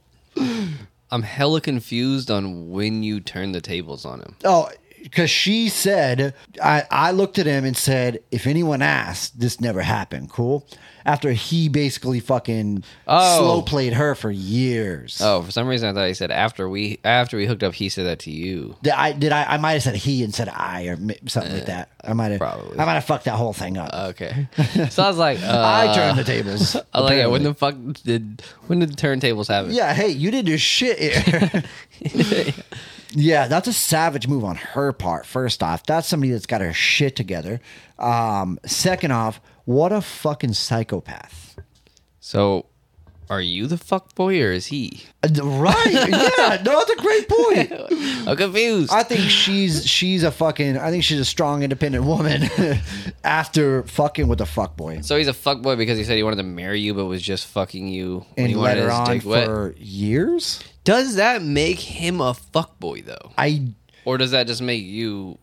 I'm hella confused on when you turn the tables on him. Oh, because she said, I, I looked at him and said, if anyone asked, this never happened. Cool. After he basically fucking Oh. slow played her for years. Oh, for some reason I thought he said after we after we hooked up, he said that to you. Did I did I? I might have said he and said I or mi- something like that. I might have. Eh, probably. I might have fucked that whole thing up. Okay, so I was like, uh, I turned the tables. I was like, yeah, apparently. when the fuck did when did the turntables happen? Yeah, hey, you didn't do shit here. yeah, that's a savage move on her part. First off, that's somebody that's got her shit together. Um, second off, what a fucking psychopath. So, are you the fuck boy or is he? Uh, Right? yeah, no, that's a great point. I'm confused. I think she's she's a fucking. I think she's a strong, independent woman. after fucking with a fuck boy. so he's a fuck boy because he said he wanted to marry you, but was just fucking you when he And wanted let her his on dick wet. for years. Does that make him a fuckboy though? I Or does that just make you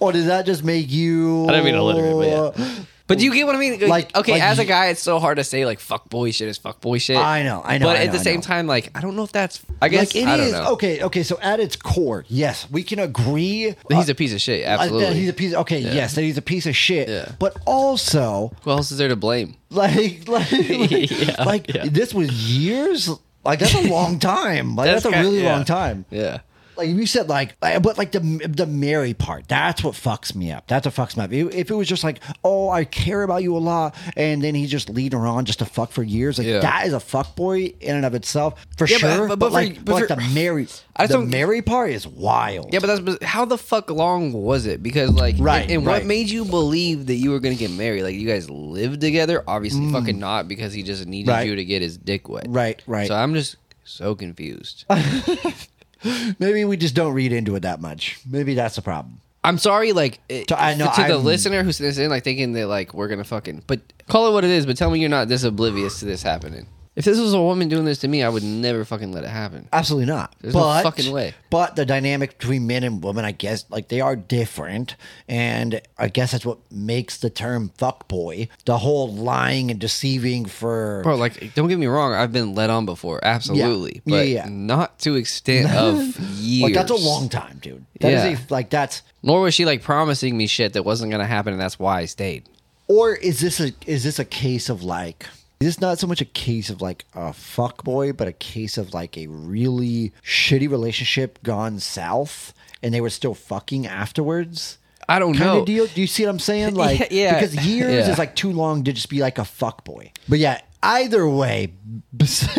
or does that just make you? I didn't mean to alliterate, but But do you get what I mean? Like- okay, like as a you- guy, it's so hard to say like fuckboy shit is fuckboy shit. I know, I know, But I at know, the I same know. Oh, time, like I don't know if that's I guess like it is I don't know. okay okay so at its core yes we can agree He's uh, a piece of shit, uh, absolutely. that he's a piece okay yes that he's a piece of shit Yeah. but also Who else is there to blame? like like like, Yeah, like, yeah. this was years like that's a long time like that's, That's a ki- really yeah. long time Yeah. like you said like I- but like the the mary part that's what fucks me up that's what fucks me up if if it was just like oh i care about you a lot and then he just lead her on just to fuck for years like Yeah. that is a fuck boy in and of itself for Yeah, but- sure but, but- but for- like, but like for- the mary I just the don't- mary part is wild Yeah, but that's but how the fuck long was it? Because like, Right, And, and right. what made you believe that you were gonna get married? Like, you guys lived together? Obviously, fucking not, because he just needed Mm. Right. you to get his dick wet. Right, right. So I'm just so confused. maybe we just don't read into it that much maybe that's the problem I'm sorry, like it, To- I know, to the I'm- listener who sent this in, like thinking that like we're gonna fucking, but call it what it is. But tell me you're not this oblivious to this happening. If this was a woman doing this to me, I would never fucking let it happen. Absolutely not. There's no but, fucking way. But the dynamic between men and women, I guess, like they are different, and I guess that's what makes the term "fuckboy" the whole lying and deceiving for. Bro, like, don't get me wrong. I've been led on before, absolutely, Yeah, but yeah. not to extent of years. Like that's a long time, dude. That is Yeah. a, like that's. Nor was she like promising me shit that wasn't gonna happen, and that's why I stayed. Or is this a is this a case of like? Is this not so much a case of like a fuckboy, but a case of like a really shitty relationship gone south, and they were still fucking afterwards? I don't kind know. of deal. Do you see what I'm saying? Like, Yeah, yeah. because years Yeah. is like too long to just be like a fuck boy. But yeah, either way, bes-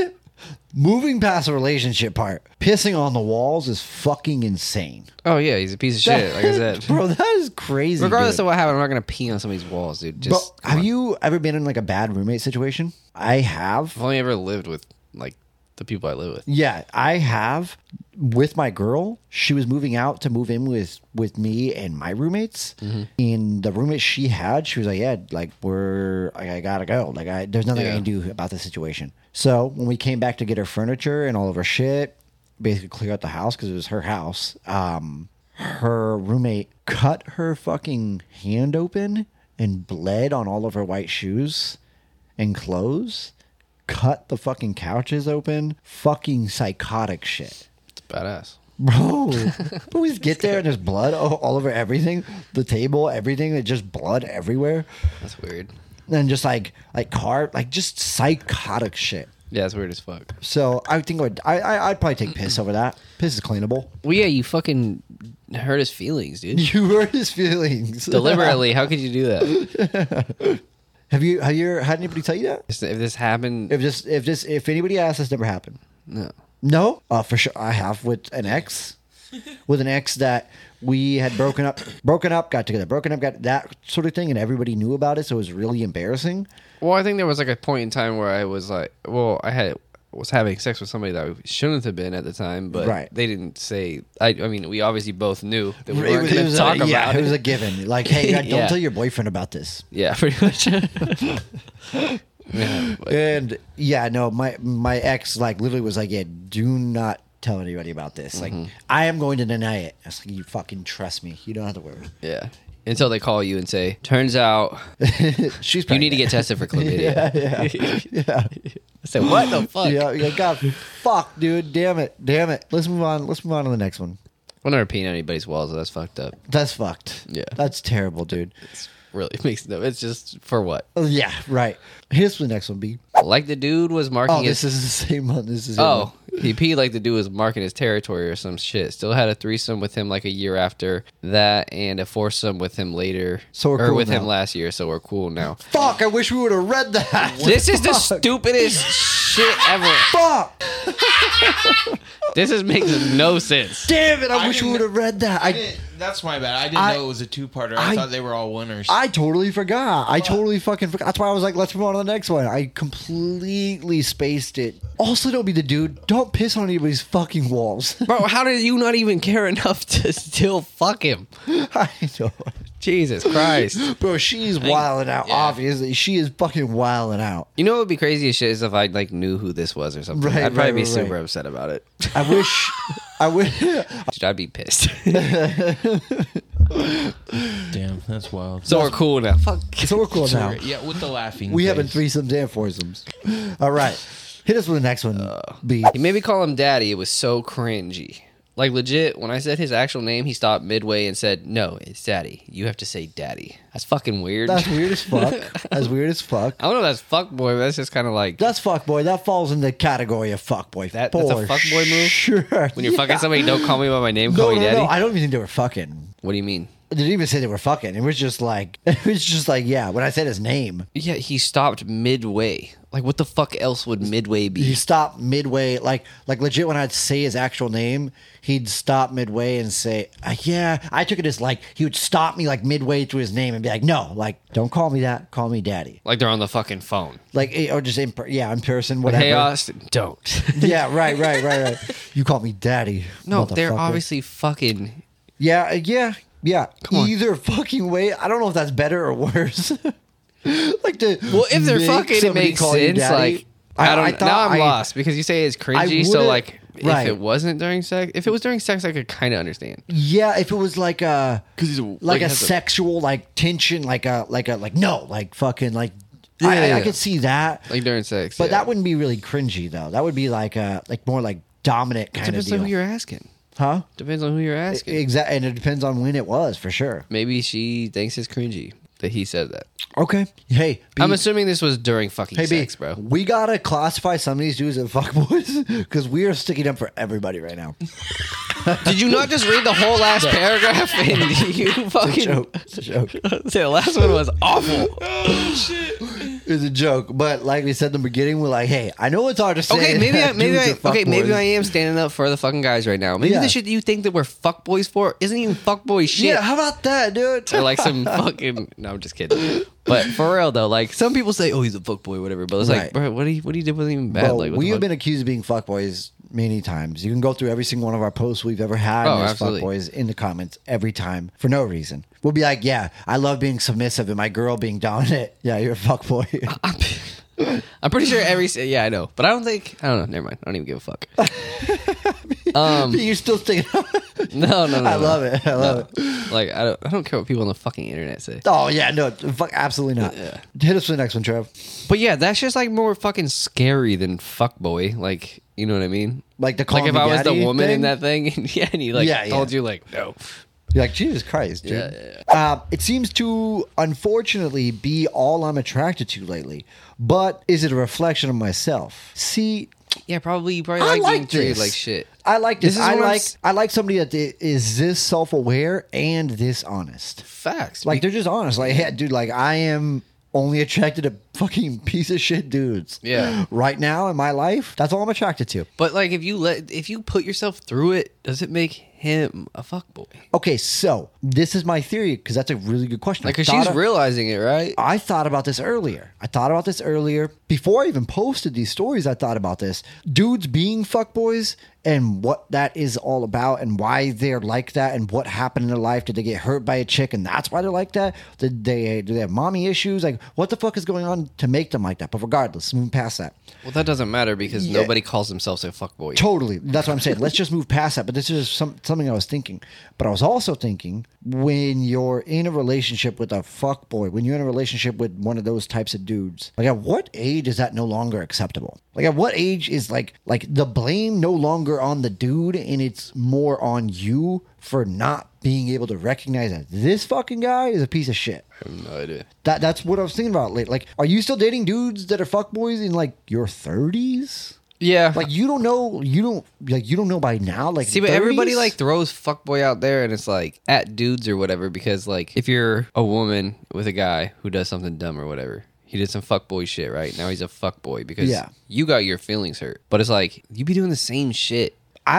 Moving past the relationship part, pissing on the walls is fucking insane. Oh yeah, he's a piece of shit. Like I said, bro, that is crazy. regardless dude. of what happened, I'm not gonna pee on somebody's walls, dude. Bro, Just have you ever been in like a bad roommate situation? I have. I've only ever lived with like the people I live with. Yeah, I have. With my girl, she was moving out to move in with with me and my roommates. Mm-hmm. And the roommate she had, she was like, "Yeah, like we're like, I gotta go. Like I, there's nothing I Yeah. can do about this situation." So when we came back to get her furniture and all of her shit, basically clear out the house because it was her house. Um, her roommate cut her fucking hand open and bled on all of her white shoes and clothes, cut the fucking couches open, fucking psychotic shit. It's badass. Bro, but we just get there and there's blood all, all over everything, the table, everything. It's just blood everywhere, That's weird. and just like like car, like just psychotic shit. Yeah, it's weird as fuck. So I think I would, I, I I'd probably take piss over that. Piss is cleanable. Well, yeah, you fucking hurt his feelings, dude. You hurt his feelings Deliberately. How could you do that? Have you have you had anybody tell you that? If this happened, If this if this if anybody asks, this never happened. no. No, uh, for sure. I have with an ex, with an ex that we had broken up, broken up, got together, broken up, got that sort of thing, and everybody knew about it, so it was really embarrassing. Well, I think there was like a point in time where I was like, well, I had was having sex with somebody that I shouldn't have been at the time, but Right. they didn't say. I, I mean, we obviously both knew that we It weren't was, going it to was talk a, about yeah, it. it was a given. Like, hey, God, don't Yeah. tell your boyfriend about this. yeah, pretty much. yeah, but- And yeah, no, my my ex like literally was like, yeah, do not tell anybody about this. Like, Mm-hmm. I am going to deny it. I was like, you fucking trust me. You don't have to worry. yeah. Until they call you and say, "Turns out She's you need pregnant. to get tested for chlamydia." yeah, yeah, yeah. I said, "What the fuck?" Yeah, yeah, God, fuck, dude, damn it, damn it. Let's move on. Let's move on to the next one. I'll never pee on anybody's walls. That's fucked up. That's fucked. Yeah. that's terrible, dude. It's really makes no. It's just for what? Oh, Yeah, right. Here's the next one, B. Like the dude was marking Oh, his. this is the same one. This is the oh, one. he peed like the dude was marking his territory or some shit. Still had a threesome with him like a year after that, and a foursome with him later. So we're or cool with him now. last year. So we're cool now. fuck. I wish we would have read that. This is the Fuck. stupidest shit ever. Fuck! This is makes no sense. Damn it! I, I wish we didn't- would have read that. I I, didn't, that's my bad. I didn't I- know it was a two-parter. I, I- thought they were all winners. I totally forgot. I totally fucking forgot. That's why I was like, let's move on to the next one. I completely spaced it. Also, don't be the dude. Don't piss on anybody's fucking walls. Bro, how did you not even care enough to still fuck him? I know. Jesus Christ. Bro, she's wilding out. Obviously, she is fucking wilding out. You know what would be crazy as shit is if I like knew who this was or something. Right, I'd probably right, be right, super right. upset about it. I wish. I wish. Dude, I'd be pissed. Damn, that's wild. so we're cool now. Fuck. So we're cool now. Sorry. Yeah, with the laughing. We face. having threesomes and foursomes. All right, hit us with the next one. Uh, B. He made me call him daddy. It was so cringy. Like legit, when I said his actual name, he stopped midway and said, "No, it's daddy. You have to say daddy." That's fucking weird. That's weird as fuck. That's weird as fuck. I don't know. If that's fuck boy. But that's just kind of like That's fuck boy. That falls in the category of fuck boy. That- that's a fuck boy move? Sure. when you're fucking somebody. Don't call me by my name. No, Call no, me daddy. no. I don't even think they were fucking. what do you mean? They didn't even say they were fucking. It was just like it was just like yeah. When I said his name, Yeah, he stopped midway. Like, what the fuck else would midway he be? stopped midway. Like like legit. When I'd say his actual name, he'd stop midway and say uh, yeah. I took it as like he would stop me like midway through his name and be like no, like don't call me that. Call me daddy. Like they're on the fucking phone. like eh, or just in per- yeah in person whatever. Hey, Austin, don't. Yeah, right, right, right, right. You call me daddy. No, they're motherfucker. obviously fucking. yeah, eh, yeah, yeah. Come on. Either fucking way, I don't know if that's better or worse. like to Well, if they're make fucking, it somebody makes call you sense. daddy. Like, I, don't. thought now I'm I- lost because you say it's cringy. So would've- like, right. if it wasn't during sex, if it was during sex, I could kind of understand. Yeah, if it was like a 'Cause he's a- like, like, a has a- sexual like tension, like a like a like no, like fucking like I, Yeah, I, I yeah. could see that, Like during sex, but yeah. that wouldn't be really cringy though. That would be like a like more like dominant kind of depends on deal, who you're asking. huh? Depends on who you're asking. Exactly, and it depends on when it was for sure. Maybe she thinks it's cringy that he said that. Okay. Hey, B, I'm assuming this was during fucking hey, B, sex, bro. We gotta classify some of these dudes as fuckboys because we are sticking up for everybody right now. Did you not just read the whole last paragraph? And you fucking Joke. Joke. the last one was awful. Oh shit! It's a joke, but like we said in the beginning, we're like, hey, I know it's hard to say. Okay, maybe I, maybe dudes I, are fuck okay, maybe boys. I am standing up for the fucking guys right now. Maybe Yeah. the shit that you think that we're fuckboys for isn't even fuckboy shit. Yeah, how about that, dude? or like some fucking. No, I'm just kidding. But for real though, like some people say, "Oh, he's a fuckboy," whatever. But it's Right. like, bro, what he what he did wasn't even bad. Bro, like what the we have fuck? been accused of being fuckboys many times. You can go through every single one of our posts we've ever had. Oh, and there's absolutely. fuckboys in the comments every time for no reason. We'll be like, yeah, I love being submissive and my girl being dominant. Yeah, you're a fuckboy. I'm, I'm pretty sure every. Yeah, I know, but I don't think. I don't know. Never mind. I don't even give a fuck. Um, But you're still thinking. No, no, no. I no. love it. I love it. Like I don't. I don't care what people on the fucking internet say. Oh yeah, no, fuck, absolutely not. Yeah. Hit us with the next one, Trev. But yeah, that's just like more fucking scary than fuckboy. Like you know what I mean? Like the call Like if me I was the daddy woman thing? in that thing, and yeah, and he like Yeah, yeah. told you like no. You're like, Jesus Christ, dude. Yeah, yeah, Uh, it seems to, unfortunately, be all I'm attracted to lately. But is it a reflection of myself? See, Yeah, probably. You probably I like, being like treated this. like shit. I like this. This is I what I'm like s- I like somebody that i- is this self aware and this honest. Facts. Like they're just honest. Like, hey, dude, like I am only attracted to fucking piece of shit dudes. Yeah. Right now in my life, that's all I'm attracted to. But like, if you let, if you put yourself through it, does it make him a fuckboy? Okay, so this is my theory because that's a really good question. I Like, cause thought she's of- realizing it, right? I thought about this earlier. I thought about this earlier. Before I even posted these stories, I thought about this. Dudes being fuckboys and what that is all about and why they're like that and what happened in their life. Did they get hurt by a chick and that's why they're like that? Did they do they have mommy issues? Like what the fuck is going on to make them like that? But regardless, moving past that. Well, that doesn't matter because Yeah. nobody calls themselves a fuckboy. Totally. That's what I'm saying. Let's just move past that. But this is some, something I was thinking. But I was also thinking when you're in a relationship with a fuck boy, when you're in a relationship with one of those types of dudes, like at what age is that no longer acceptable? Like at what age is like like the blame no longer on the dude and it's more on you for not being able to recognize that this fucking guy is a piece of shit. I have no idea. That that's what I was thinking about late. Like, are you still dating dudes that are fuckboys in like your thirties? Yeah. like you don't know you don't like you don't know by now like See, but everybody 30s? like throws fuckboy out there, and it's like at dudes or whatever. Because like, if you're a woman with a guy who does something dumb or whatever, he did some fuckboy shit, right? Now he's a fuckboy because Yeah. you got your feelings hurt. But it's like you be doing the same shit.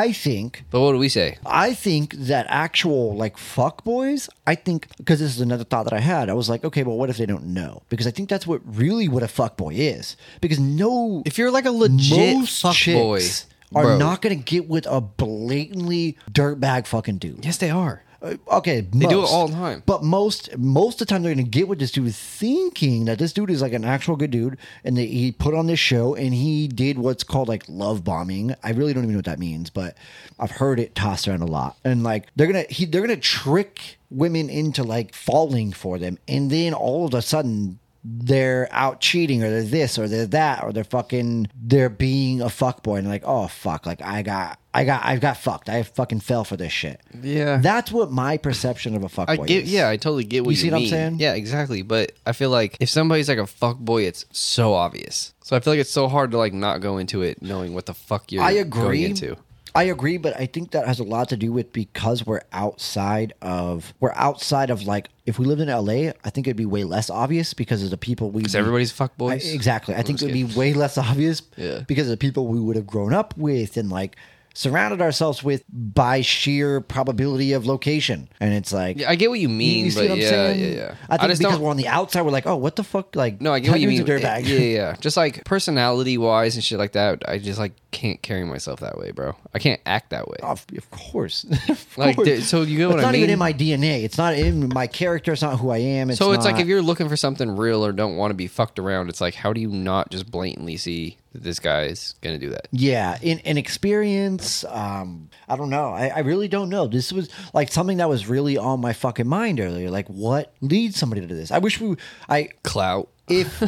i think But what do we say? i think that actual like fuck boys i think because this is another thought that i had i was like okay well what if they don't know because i think that's what really what a fuck boy is because no If you're like a legit most fuckboy, chicks are bro. not gonna get with a blatantly dirtbag fucking dude Yes, they are. Uh, okay, they do it all the time. But most most of the time, they're going to get with this dude thinking that this dude is like an actual good dude, and that he put on this show and he did what's called like love bombing. I really don't even know what that means, but I've heard it tossed around a lot. And like they're gonna he, they're gonna trick women into like falling for them, and then all of a sudden. They're out cheating, or they're this, or they're that, or they're fucking. They're being a fuckboy, and like, oh fuck, like I got, I got, I got fucked. I fucking fell for this shit. Yeah. That's what my perception of a fuckboy I get, is. yeah, I totally get what You you, see what I'm mean. saying? Yeah, exactly. But I feel like if somebody's like a fuck boy, it's so obvious. So I feel like it's so hard to like not go into it knowing what the fuck you're I going agree. into. I agree, but I think that has a lot to do with because we're outside of we're outside of like if we lived in LA, I think it'd be way less obvious because of the people we Because everybody's fuck I- boys. exactly. I think it just would be way less obvious Yeah. because of the people we would have grown up with and like surrounded ourselves with by sheer probability of location. And it's like Yeah, I get what you mean, but yeah, yeah, yeah. I think because just don't- we're on the outside, we're like, oh, what the fuck? Like, No, I get what you mean. Tucker's a Yeah, dirtbag. yeah, yeah. Just like personality wise and shit like that, I just like can't carry myself that way, bro. I can't act that way. Of, of course. Of Like, course. dude, so you get It's what I not even mean? in my DNA. It's not in my character. It's not who I am. It's so it's like not- if you're looking for something real or don't want to be fucked around, it's like how do you not just blatantly see that this guy is gonna do that? Yeah, in in experience, um, I don't know. I, I really don't know. This was like something that was really on my fucking mind earlier. Like, what leads somebody to this? I wish we, I, Clout. if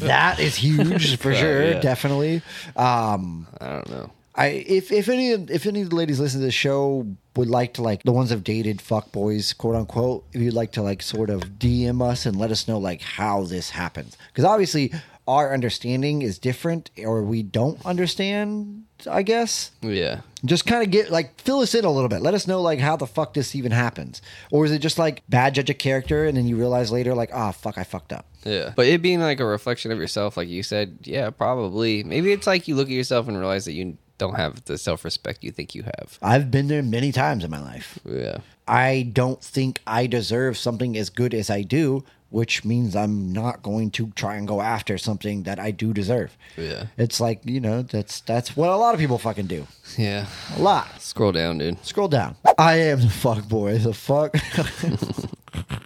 that is huge for Yeah, sure, yeah. definitely. Um, I don't know. I if if any of- if any of the ladies listening to this show would like to like the ones I've dated fuck boys quote unquote if you'd like to like sort of DM us and let us know like how this happens because obviously our understanding is different or we don't understand I guess Yeah. just kind of get like fill us in a little bit let us know like how the fuck this even happens or is it just like bad judge of character and then you realize later like ah fuck I fucked up Yeah. But it being like a reflection of yourself, like you said, yeah, probably. Maybe it's like you look at yourself and realize that you don't have the self respect you think you have. I've been there many times in my life. Yeah. I don't think I deserve something as good as I do, which means I'm not going to try and go after something that I do deserve. Yeah. It's like, you know, that's that's what a lot of people fucking do. Yeah. A lot. Scroll down, dude. Scroll down. I am the fuck boy. The fuck.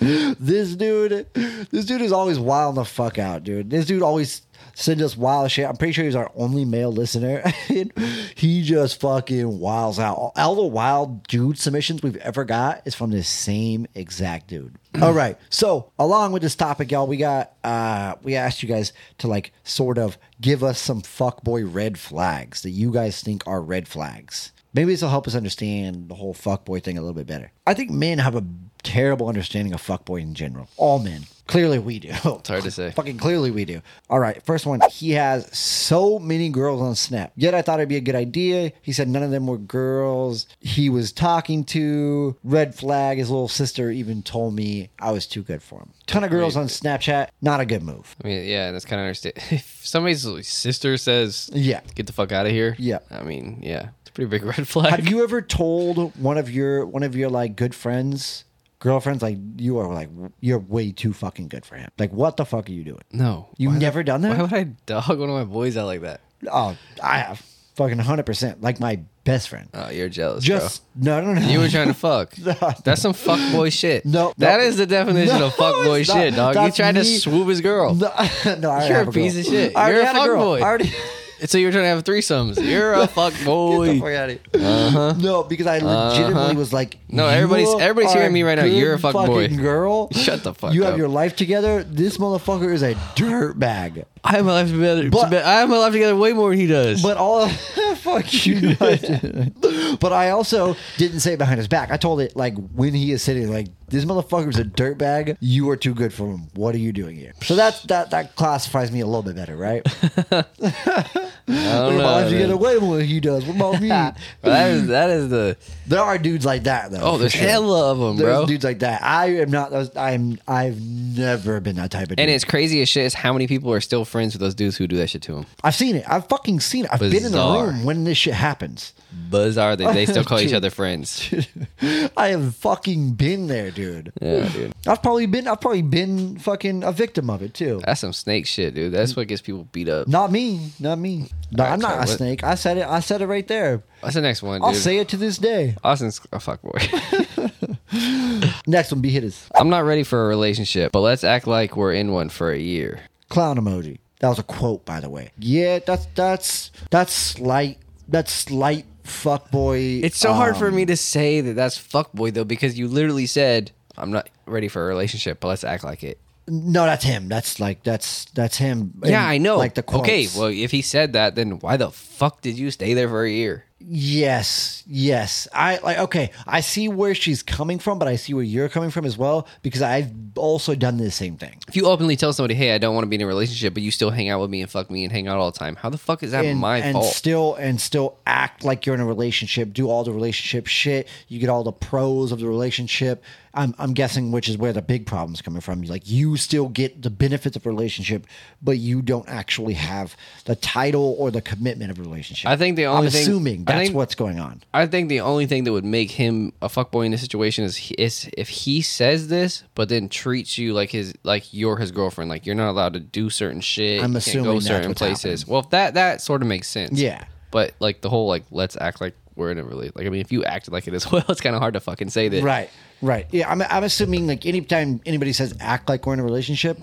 this dude, this dude is always wilding the fuck out, dude. This dude always sends us wild shit. I'm pretty sure he's our only male listener. And he just fucking wilds out. All the wild dude submissions we've ever got is from this same exact dude. All right. So along with this topic, y'all, we got uh we asked you guys to like sort of give us some fuckboy red flags that you guys think are red flags. Maybe this will help us understand the whole fuckboy thing a little bit better. I think men have a terrible understanding of fuckboy in general. All men. Clearly we do. It's hard to say. Fucking clearly we do. All right, first one. He has so many girls on Snap. Yet I thought it'd be a good idea. He said none of them were girls he was talking to. Red flag. His little sister even told me I was too good for him. Ton of girls on Snapchat. Not a good move. I mean, yeah, that's kind of understand. If somebody's sister says, Yeah. get the fuck out of here. Yeah. I mean, yeah, it's a pretty big red flag. Have you ever told one of your one of your like good friends, girlfriends, like you are like you're way too fucking good for him? Like what the fuck are you doing? no. You've Why- never done Why that? would I dog one of my boys out like that? Oh, I have fucking hundred percent. Like my best friend. Oh, you're jealous. Just no, no, no. bro. You were trying to fuck. No. That's some fuck boy shit. No, that no. is the definition No, of fuck boy it's not. shit, dog. You That's tried to me. swoop his girl. No, no, I already You're have a a piece girl. of shit. I already You're a had a girl. fuckboy. I already. And so you're trying to have threesomes. You're a fuck Get the boy. fuck out of here. No, because I legitimately Uh-huh. was like, No, everybody's- "You everybody's are hearing me right now. good You're a fuck boy." fucking girl. Shut the fuck You have up. your life together. This motherfucker is a dirt bag. I have my life together. But- I have my life together way more than he does. But all fuck you. Nut. but I also didn't say it behind his back. I told it like when he is sitting, like this motherfucker's a dirtbag. You are too good for him. What are you doing here? So that that that classifies me a little bit better, right? I don't We're know, about to man. get away more than he does. What about me? But that is that is the there are dudes like that though. oh for there's sure. hella of them, There's bro. dudes like that. I am not. those- I'm. I've never been that type of. dude. And it's crazy as shit is how many people are still friends with those dudes who do that shit to them. I've seen it. I've fucking seen it. I've been in the Bizarre. room when this shit happens. Bizarre that they still call each Dude. other friends. I have fucking been there, dude. Yeah, dude. I've probably been I've probably been fucking a victim of it too. That's some snake shit, dude. That's what gets people beat up. Not me, not me. No, All right, I'm not so a what- snake. I said it. I said it right there. What's the next one, dude? I'll say it to this day. Austin's a fuckboy. Next one, be hitters. I'm not ready for a relationship, but let's act like we're in one for a year. Clown emoji. That was a quote, by the way. Yeah, that's that's that's slight. That's slight fuckboy. It's so hard for um, me to say that that's fuckboy though, because you literally said I'm not ready for a relationship, but let's act like it. No, that's him. That's like that's that's him. yeah, And, I know. Like the quotes. okay. Well, if he said that, then why the fuck did you stay there for a year? Yes, yes. I like okay, I see where she's coming from, but I see where you're coming from as well because I've also done the same thing. If you openly tell somebody, "Hey, I don't want to be in a relationship," but you still hang out with me and fuck me and hang out all the time, how the fuck is that And, my and fault? still and still act like you're in a relationship, do all the relationship shit, you get all the pros of the relationship. I'm I'm guessing which is where the big problem's coming from. Like you still get the benefits of a relationship, but you don't actually have the title or the commitment of a relationship. I think the I'm only thing- assuming I that's think- what's going on. I think the only thing that would make him a fuckboy in this situation is, he, is if he says this, but then treats you like his like you're his girlfriend, like you're not allowed to do certain shit. I'm you assuming can't go that's certain what's places. Well, if that that sort of makes sense. Yeah. but like the whole like let's act like we're in a really like I mean if you acted like it as well, it's kind of hard to fucking say that. Right, right. Yeah, I'm, I'm assuming like anytime anybody says act like we're in a relationship,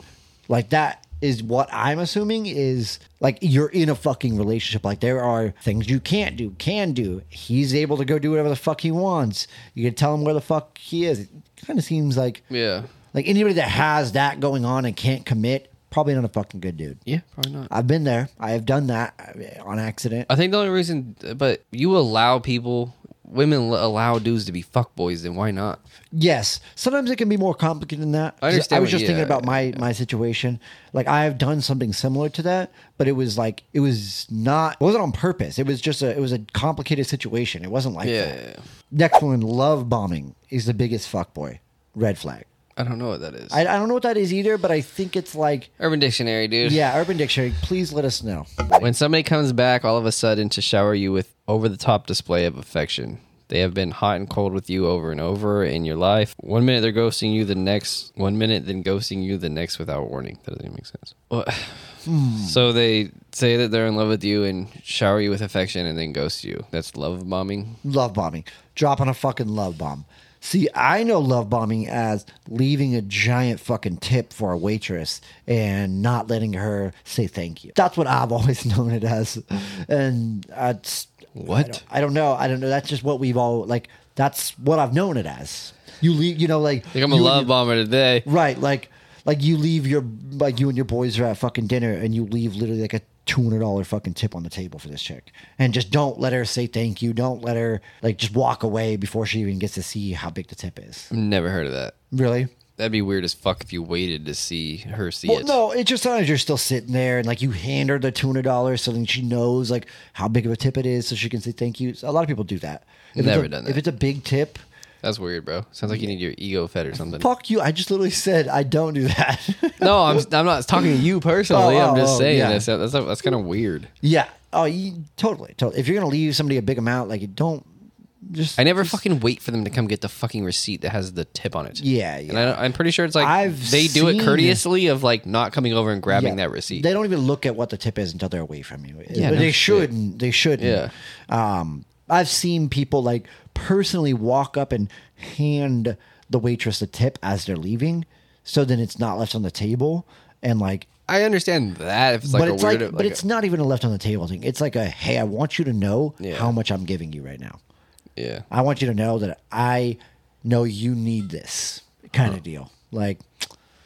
like that is what I'm assuming is like you're in a fucking relationship. Like there are things you can't do, can do. He's able to go do whatever the fuck he wants. You can tell him where the fuck he is. It kind of seems like Yeah. like anybody that has that going on and can't commit probably not a fucking good dude. Yeah. Probably not. I've been there. I have done that uh, on accident. I think the only reason, but you allow people, women l- allow dudes to be fuckboys, then why not? Yes, sometimes it can be more complicated than that. I understand was what- just thinking yeah, about my my situation. Like I have done something similar to that, but it was like it was not. It wasn't on purpose. It was just a. It was a complicated situation. It wasn't like Yeah, that. yeah, yeah. Next one, love bombing is the biggest fuck boy red flag. I don't know what that is. I, I don't know what that is either, but I think it's like, Urban Dictionary, dude. yeah, Urban Dictionary. Please let us know. When somebody comes back all of a sudden to shower you with over the top display of affection, they have been hot and cold with you over and over in your life. One minute they're ghosting you, the next one minute then ghosting you the next without warning. That doesn't even make sense. Well, hmm. So they say that they're in love with you and shower you with affection and then ghost you. That's love bombing. Love bombing. Dropping a fucking love bomb. See, I know love bombing as leaving a giant fucking tip for a waitress and not letting her say thank you. That's what I've always known it as. And I just, What? I don't, I don't know. I don't know. That's just what we've all, like, that's what I've known it as. You leave, you know, like. Like I'm a you and love your- bomber today. Right, like like you leave your like you and your boys are at fucking dinner and you leave literally like a two hundred dollar fucking tip on the table for this chick. And just don't let her say thank you. Don't let her like just walk away before she even gets to see how big the tip is. Never heard of that. Really? That'd be weird as fuck if you waited to see her see Well, it. no, it just sounds like you're still sitting there and like you hand her the two hundred dollars so then she knows like how big of a tip it is so she can say thank you. So a lot of people do that. If Never it's a, done If that. it's a big tip, That's weird, bro. Sounds like you need your ego fed or something. fuck you. I just literally said I don't do that. No, I'm I'm not talking to you personally. Oh, I'm oh, just oh, saying yeah. that's that's, that's kind of weird. Yeah. Oh, you, totally. Totally. If you're gonna leave somebody a big amount, like you don't just. I never fucking wait for them to come get the fucking receipt that has the tip on it. Yeah, And yeah. I, don't- I'm pretty sure it's like I've they do it seen- courteously of like not coming over and grabbing yeah. that receipt. They don't even look at what the tip is until they're away from you. Yeah, but no they shit. shouldn't. They shouldn't. Yeah. Um, I've seen people like personally walk up and hand the waitress a tip as they're leaving, so then it's not left on the table. And like, I understand that if it's like but a it's weird, like, but like it's not even a left on the table thing. It's like a hey, I want you to know Yeah. how much I'm giving you right now. a, yeah. I want you to know that I know you need this kind of deal. Like,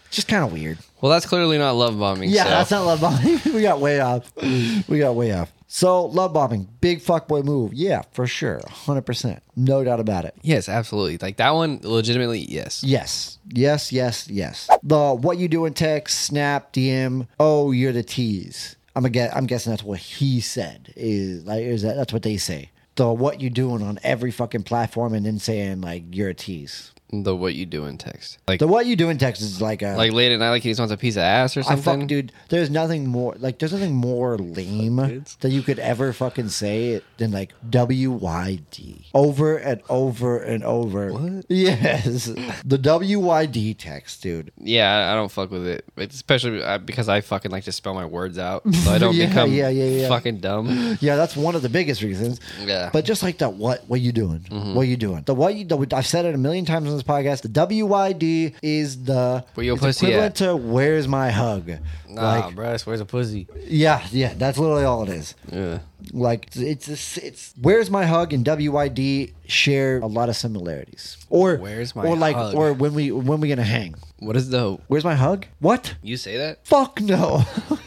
it's just kind of weird. Well, that's clearly not love bombing. Yeah, so. that's not love bombing. we got way off. We got way off. So, love bombing, big fuckboy move. Yeah, for sure. 100%. No doubt about it. Yes, absolutely. Like that one, legitimately, yes. Yes, yes, yes, yes. The what you do in text, snap, DM. Oh, you're the tease. I'm a guess, I'm guessing that's what he said. Is like is that that's what they say. The what you doing on every fucking platform, and then saying like you're a tease. The what you do in text, like The what you do in text is like a like late at night, like he just wants a piece of ass or I something. fuck, dude. There's nothing more like there's nothing more lame that you could ever fucking say than like W Y D over and over and over. What? Yes, the W Y D text, dude. Yeah, I- I don't fuck with it, It's especially uh, because I fucking like to spell my words out, so I don't Yeah, become yeah, yeah, yeah. fucking dumb. Yeah, that's one of the biggest reasons. Yeah. Mm-hmm. But just like that, what what you doing? What you doing? The what you the, I've said it a million times on this podcast. The W Y D is the Where your it's pussy equivalent to where's my hug? Nah, Like, bro, that's where's a pussy. yeah, yeah, that's literally all it is. Yeah. Like it's it's, it's where's my hug and WYD share a lot of similarities. Or Where's my or like hug? or when we when we gonna hang? What is the? Where's my hug? What? You say that? Fuck no.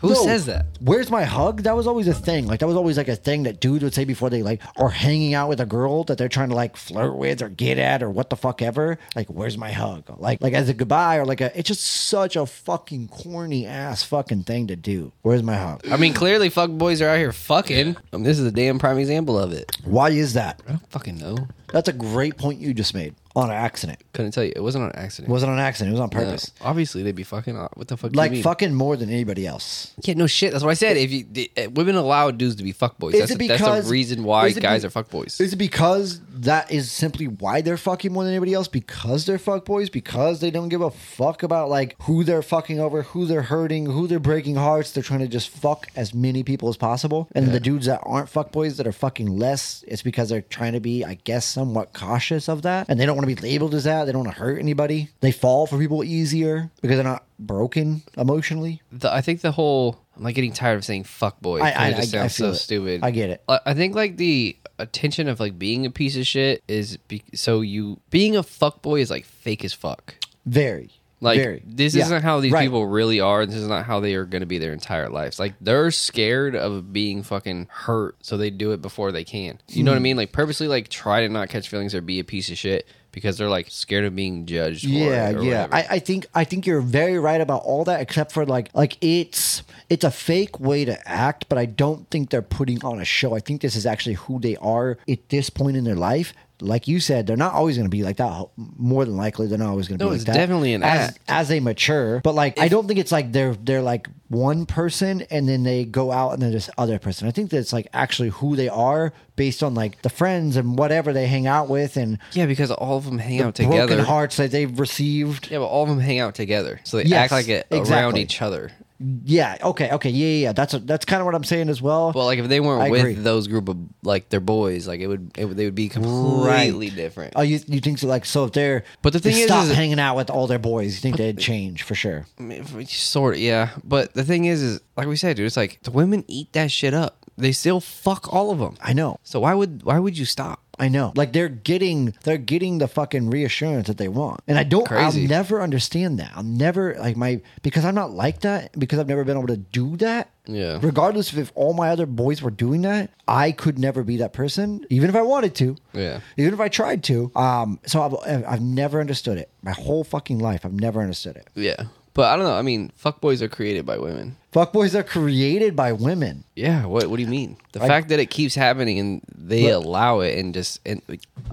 Who No. says that? Where's my hug? That was always a thing. Like that was always like a thing that dudes would say before they like are hanging out with a girl that they're trying to like flirt with or get at or what the fuck ever. Like where's my hug? Like like as a goodbye or like a it's just such a fucking corny ass fucking thing to do. Where's my hug? I mean, clearly, fuck boys are out here fucking. Um, this is a damn prime example of it. Why is that? I don't fucking know. That's a great point you just made on accident. Couldn't tell you. It wasn't on accident. It wasn't on accident. It was on No. purpose. Obviously, they'd be fucking. uh, What the fuck? do you Like mean? fucking more than anybody else. Yeah, no shit. That's what I said. If you the, uh, women allow dudes to be fuckboys, that's, that's the reason why is it guys be- are fuckboys. Is it because that is simply why they're fucking more than anybody else? Because they're fuckboys? Because they don't give a fuck about like who they're fucking over, who they're hurting, who they're breaking hearts. They're trying to just fuck as many people as possible. And the dudes that aren't fuckboys that are fucking less, it's because they're trying to be, I guess, somewhat cautious of that. And they don't want to be labeled as that. They don't want to hurt anybody. They fall for people easier because they're not broken emotionally. the, I think the whole I'm like getting tired of saying fuck boy. I- I- it just I- I sounds so feel it. stupid. I get it. I, I think like the attention of like being a piece of shit is be, so you being a fuck boy is like fake as fuck. Very. Like very. this Yeah. isn't how these Right. people really are. This is not how they are going to be their entire lives. Like they're scared of being fucking hurt, so they do it before they can. You Hmm. know what I mean? Like purposely, like try to not catch feelings or be a piece of shit because they're like scared of being judged. for it yeah or yeah whatever. I, I think i think you're very right about all that except for like like it's it's a fake way to act but i don't think they're putting on a show i think this is actually who they are at this point in their life like you said, they're not always going to be like that. More than likely, they're not always going to No, be like it's that. definitely an as, act. as they mature. But like, I don't think it's like they're they're like one person and then they go out and they're this other person. I think that's like actually who they are based on like the friends and whatever they hang out with and Yeah, because all of them hang out broken together. hearts that they've received. Yeah, but all of them hang out together, so they Yes, act like it around exactly. each other. Yeah. Okay. Okay. Yeah. Yeah. yeah. That's a, that's kind of what I'm saying as well. Well, like if they weren't I with agree. those group of like their boys, like it would, it, would- they would be completely different. Oh, you you think so? Like, so if they're But the they thing is, stop is- hanging out with all their boys, you think they'd change for sure? I mean, if we- sort of, yeah. But the thing is, is like we said, dude, it's like the women eat that shit up. They still fuck all of them. I know, So why would why would you stop? I know. Like they're getting they're getting the fucking reassurance that they want, and I don't. Crazy. I'll never understand that. I'll never like my because I'm not like that because I've never been able to do that. Yeah. Regardless of if all my other boys were doing that, I could never be that person, even if I wanted to. Yeah. Even if I tried to. Um. So I've I've never understood it. My whole fucking life, I've never understood it. Yeah. But I don't know. I mean, fuck boys are created by women. Fuckboys are created by women. Yeah. What What do you mean? The fact that it keeps happening and they allow it and just and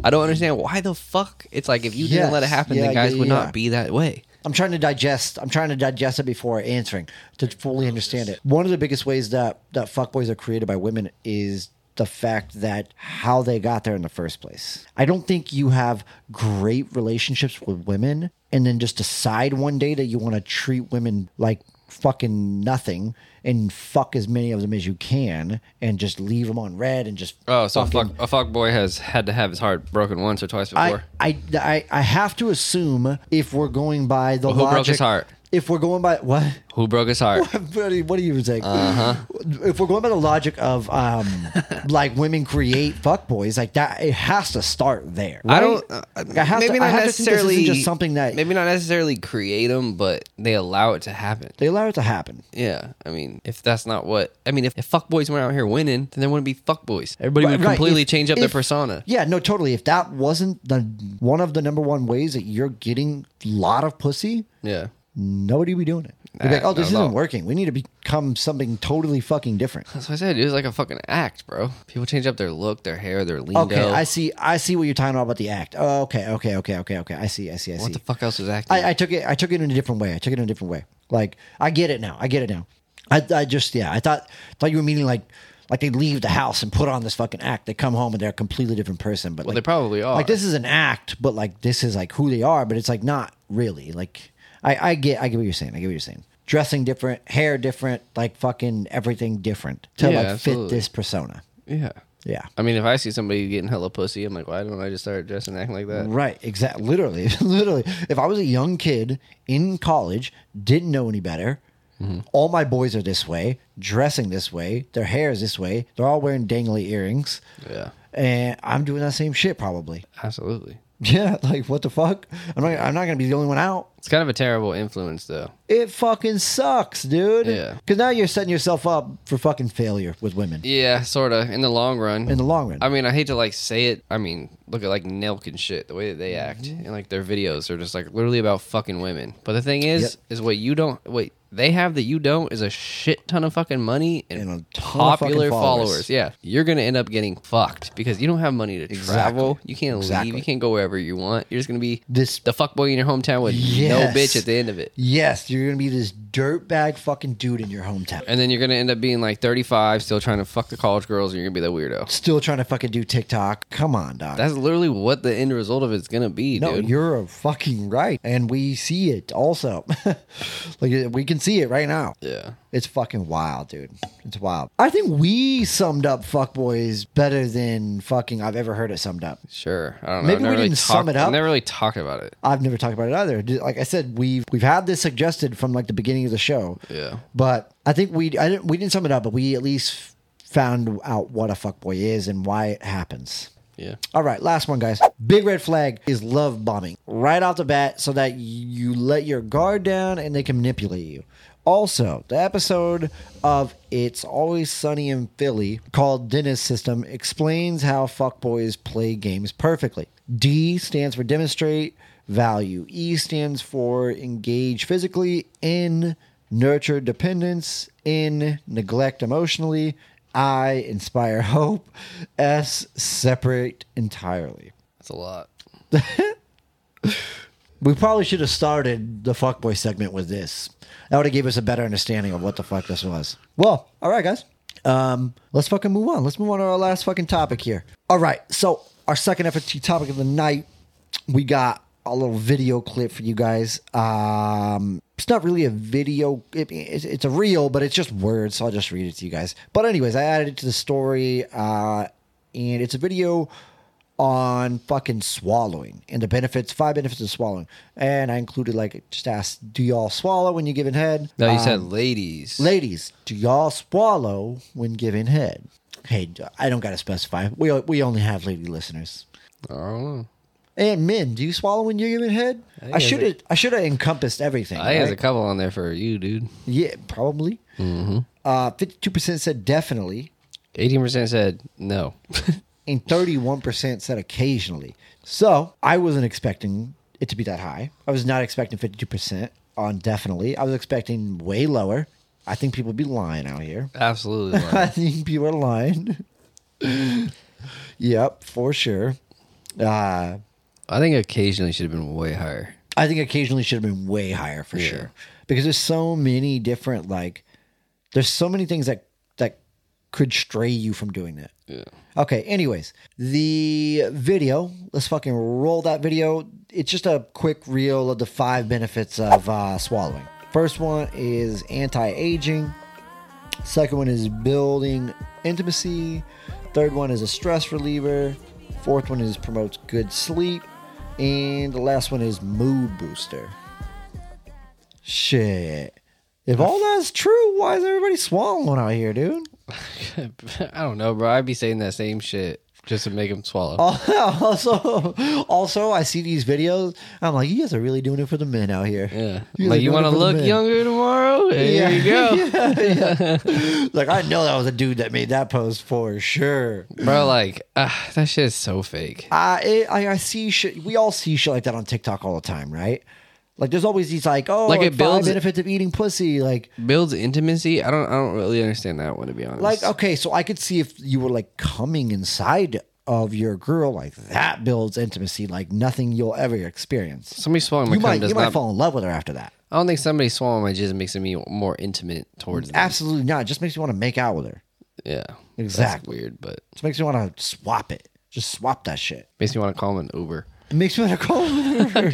I don't understand why the fuck it's like if you didn't let it Yes. happen, Yeah, the guys yeah, would yeah. not be that way. I'm trying to digest. I'm trying to digest it before answering to fully understand it. One of the biggest ways that that fuckboys are created by women is the fact that how they got there in the first place. I don't think you have great relationships with women and then just decide one day that you want to treat women like fucking nothing and fuck as many of them as you can and just leave them on red and just Oh, so fucking- a fuck, a fuck boy has had to have his heart broken once or twice I, before. I, I, I have to assume if we're going by the who broke logic- his heart? If we're going by what? Who broke his heart? what do you- what do you think? Uh-huh. If we're going by the logic of um, like women create fuckboys, like that, it has to start there. I right? don't. Uh, Like, I have maybe to- I not have to think this isn't necessarily. just something that Maybe not necessarily create them, but they allow it to happen. they allow it to happen. Yeah, I mean, if that's not what I mean, if, if fuckboys weren't out here winning, then there wouldn't be fuckboys. Everybody would Right, right. completely If- change up their if- persona. Yeah, no, totally. If that wasn't the one of the number one ways that you're getting a lot of pussy, Yeah, nobody would be doing it. They'd be Nah, like, oh, not this at isn't all. working. We need to become something totally fucking different. that's what I said. It was like a fucking act, bro. People change up their look, their hair, their lingo. Okay, I see. I see what you're talking about about the act. Oh, okay, okay, okay, okay, okay. I see. I see. I see. What the fuck else is acting? I, I took it. I took it in a different way. I took it in a different way. Like I get it now. I get it now. I, I just yeah. I thought thought you were meaning like like they leave the house and put on this fucking act. They come home and they're a completely different person. But well, like, they probably are. like this is an act, but like this is like who they are. But it's like not really. Like I, I get I get what you're saying. I get what you're saying. Dressing different, hair different, like fucking everything different to Yeah, like absolutely. fit this persona. yeah. Yeah. I mean, if I see somebody getting hella pussy, I'm like, why don't I just start dressing and acting like that? Right, exactly. Literally, literally. If I was a young kid in college, didn't know any better, all my boys are this way, dressing this way, their hair is this way, they're all wearing dangly earrings, Yeah, and I'm doing that same shit probably. absolutely. Yeah, like what the fuck? I'm not. I'm not gonna be the only one out. It's kind of a terrible influence, though. It fucking sucks, dude. Yeah. Because now you're setting yourself up for fucking failure with women Yeah, sort of. In the long run. in the long run. I mean, I hate to like say it. I mean, look at like Nelk and shit. The way that they act Mm-hmm. and like their videos are just like literally about fucking women. But the thing is, Yep. is what you don't wait they have that you don't is a shit ton of fucking money and, And a ton of fucking popular followers. followers. Yeah, you're gonna end up getting fucked because you don't have money to Exactly. travel. You can't leave. Exactly. You can't go wherever you want. You're just gonna be This- the fuck boy in your hometown with Yes. no bitch at the end of it. yes, you're gonna be this dirtbag fucking dude in your hometown. And then you're gonna end up being like 35, still trying to fuck the college girls, and you're gonna be the weirdo. Still trying to fucking do TikTok. Come on, dog. That's literally what the end result of it's gonna be, No, dude. you're fucking right, and we see it also. like uh, we can see it right now. yeah. It's fucking wild, dude. It's wild. I think we summed up fuckboys better than fucking I've ever heard it summed up. Sure. I don't know. Maybe I've never we really didn't sum talked- it up. I've never really talked about it. I've never talked about it either. Just- Like I said, we've we've had this suggested from like the beginning of the show. Yeah. But I think we I didn't we didn't sum it up, but we at least found out what a fuckboy is and why it happens. Yeah. All right, last one, guys. Big red flag is love bombing right off the bat so that you let your guard down and they can manipulate you. Also, the episode of It's Always Sunny in Philly called Dennis System explains how fuckboys play games perfectly. D stands for demonstrate value, E stands for engage physically, N, nurture dependence, N, neglect emotionally, I inspire hope. S separate entirely. It's a lot. We probably should have started the fuckboy segment with this. That would have gave us a better understanding of what the fuck this was. Well, all right, guys. Um, let's fucking move on. Let's move on to our last fucking topic here. All right. So our second FFT topic of the night, we got a little video clip for you guys. Um, it's not really a video. It, it's, it's a reel, but it's just words. So I'll just read it to you guys. But anyways, I added it to the story, uh, and it's a video on fucking swallowing and the benefits, five benefits of swallowing. And I included like just ask, do y'all swallow when you're giving head? No, you Um, said ladies. ladies, do y'all swallow when giving head? Hey, I don't gotta specify. We we only have lady listeners. I don't know. And men, do you swallow when you're giving head? think I I should have I should have encompassed everything. I think there's a right? couple on there for you, dude. yeah, probably. Mm-hmm. Uh, fifty-two percent said definitely, Eighteen percent said no. and thirty-one percent said occasionally. So I wasn't expecting it to be that high. I was not expecting fifty-two percent on definitely. I was expecting way lower. I think people be lying out here. Absolutely. I lying. think people are lying. yep, for sure. Uh, I think occasionally should have been way higher. I think occasionally should have been way higher for sure because there's so many different like there's so many things that that could stray you from doing that. Yeah. Okay. Anyways, the video. Let's fucking roll that video. It's just a quick reel of the five benefits of uh, swallowing. First one is anti-aging. Second one is building intimacy. Third one is a stress reliever. Fourth one is promotes good sleep. And the last one is mood booster. Shit. If all that's true, why is everybody swallowing out here, dude? I don't know, bro. I'd be saying that same shit just to make them swallow. Oh, Also, also, I see these videos. I'm like, you guys are really doing it for the men out here. yeah. guys are Like you doing want it for to the look men. younger tomorrow? There you go. Yeah, yeah. like I know that was a dude that made that post for sure. Bro, like ah, that shit is so fake. I, it- I I see shit. We all see shit like that on TikTok all the time, right? Like there's always these like, oh, Like, like, it five builds- benefits of eating pussy. Like, Builds intimacy. I don't. I don't really understand that one to be honest. like uh, okay, so I could see if you were like coming inside of your girl, like that builds intimacy, like nothing you'll ever experience. somebody swallowing my You cum might does you might not. fall in love with her after that. I don't think somebody swallowing my jizz makes me more intimate towards. Them. Absolutely not. It just makes you want to make out with her. Yeah. That's Exactly. weird, but It just makes you want to swap it. Just swap that shit. makes me want to call him an Uber. It makes me want to call her.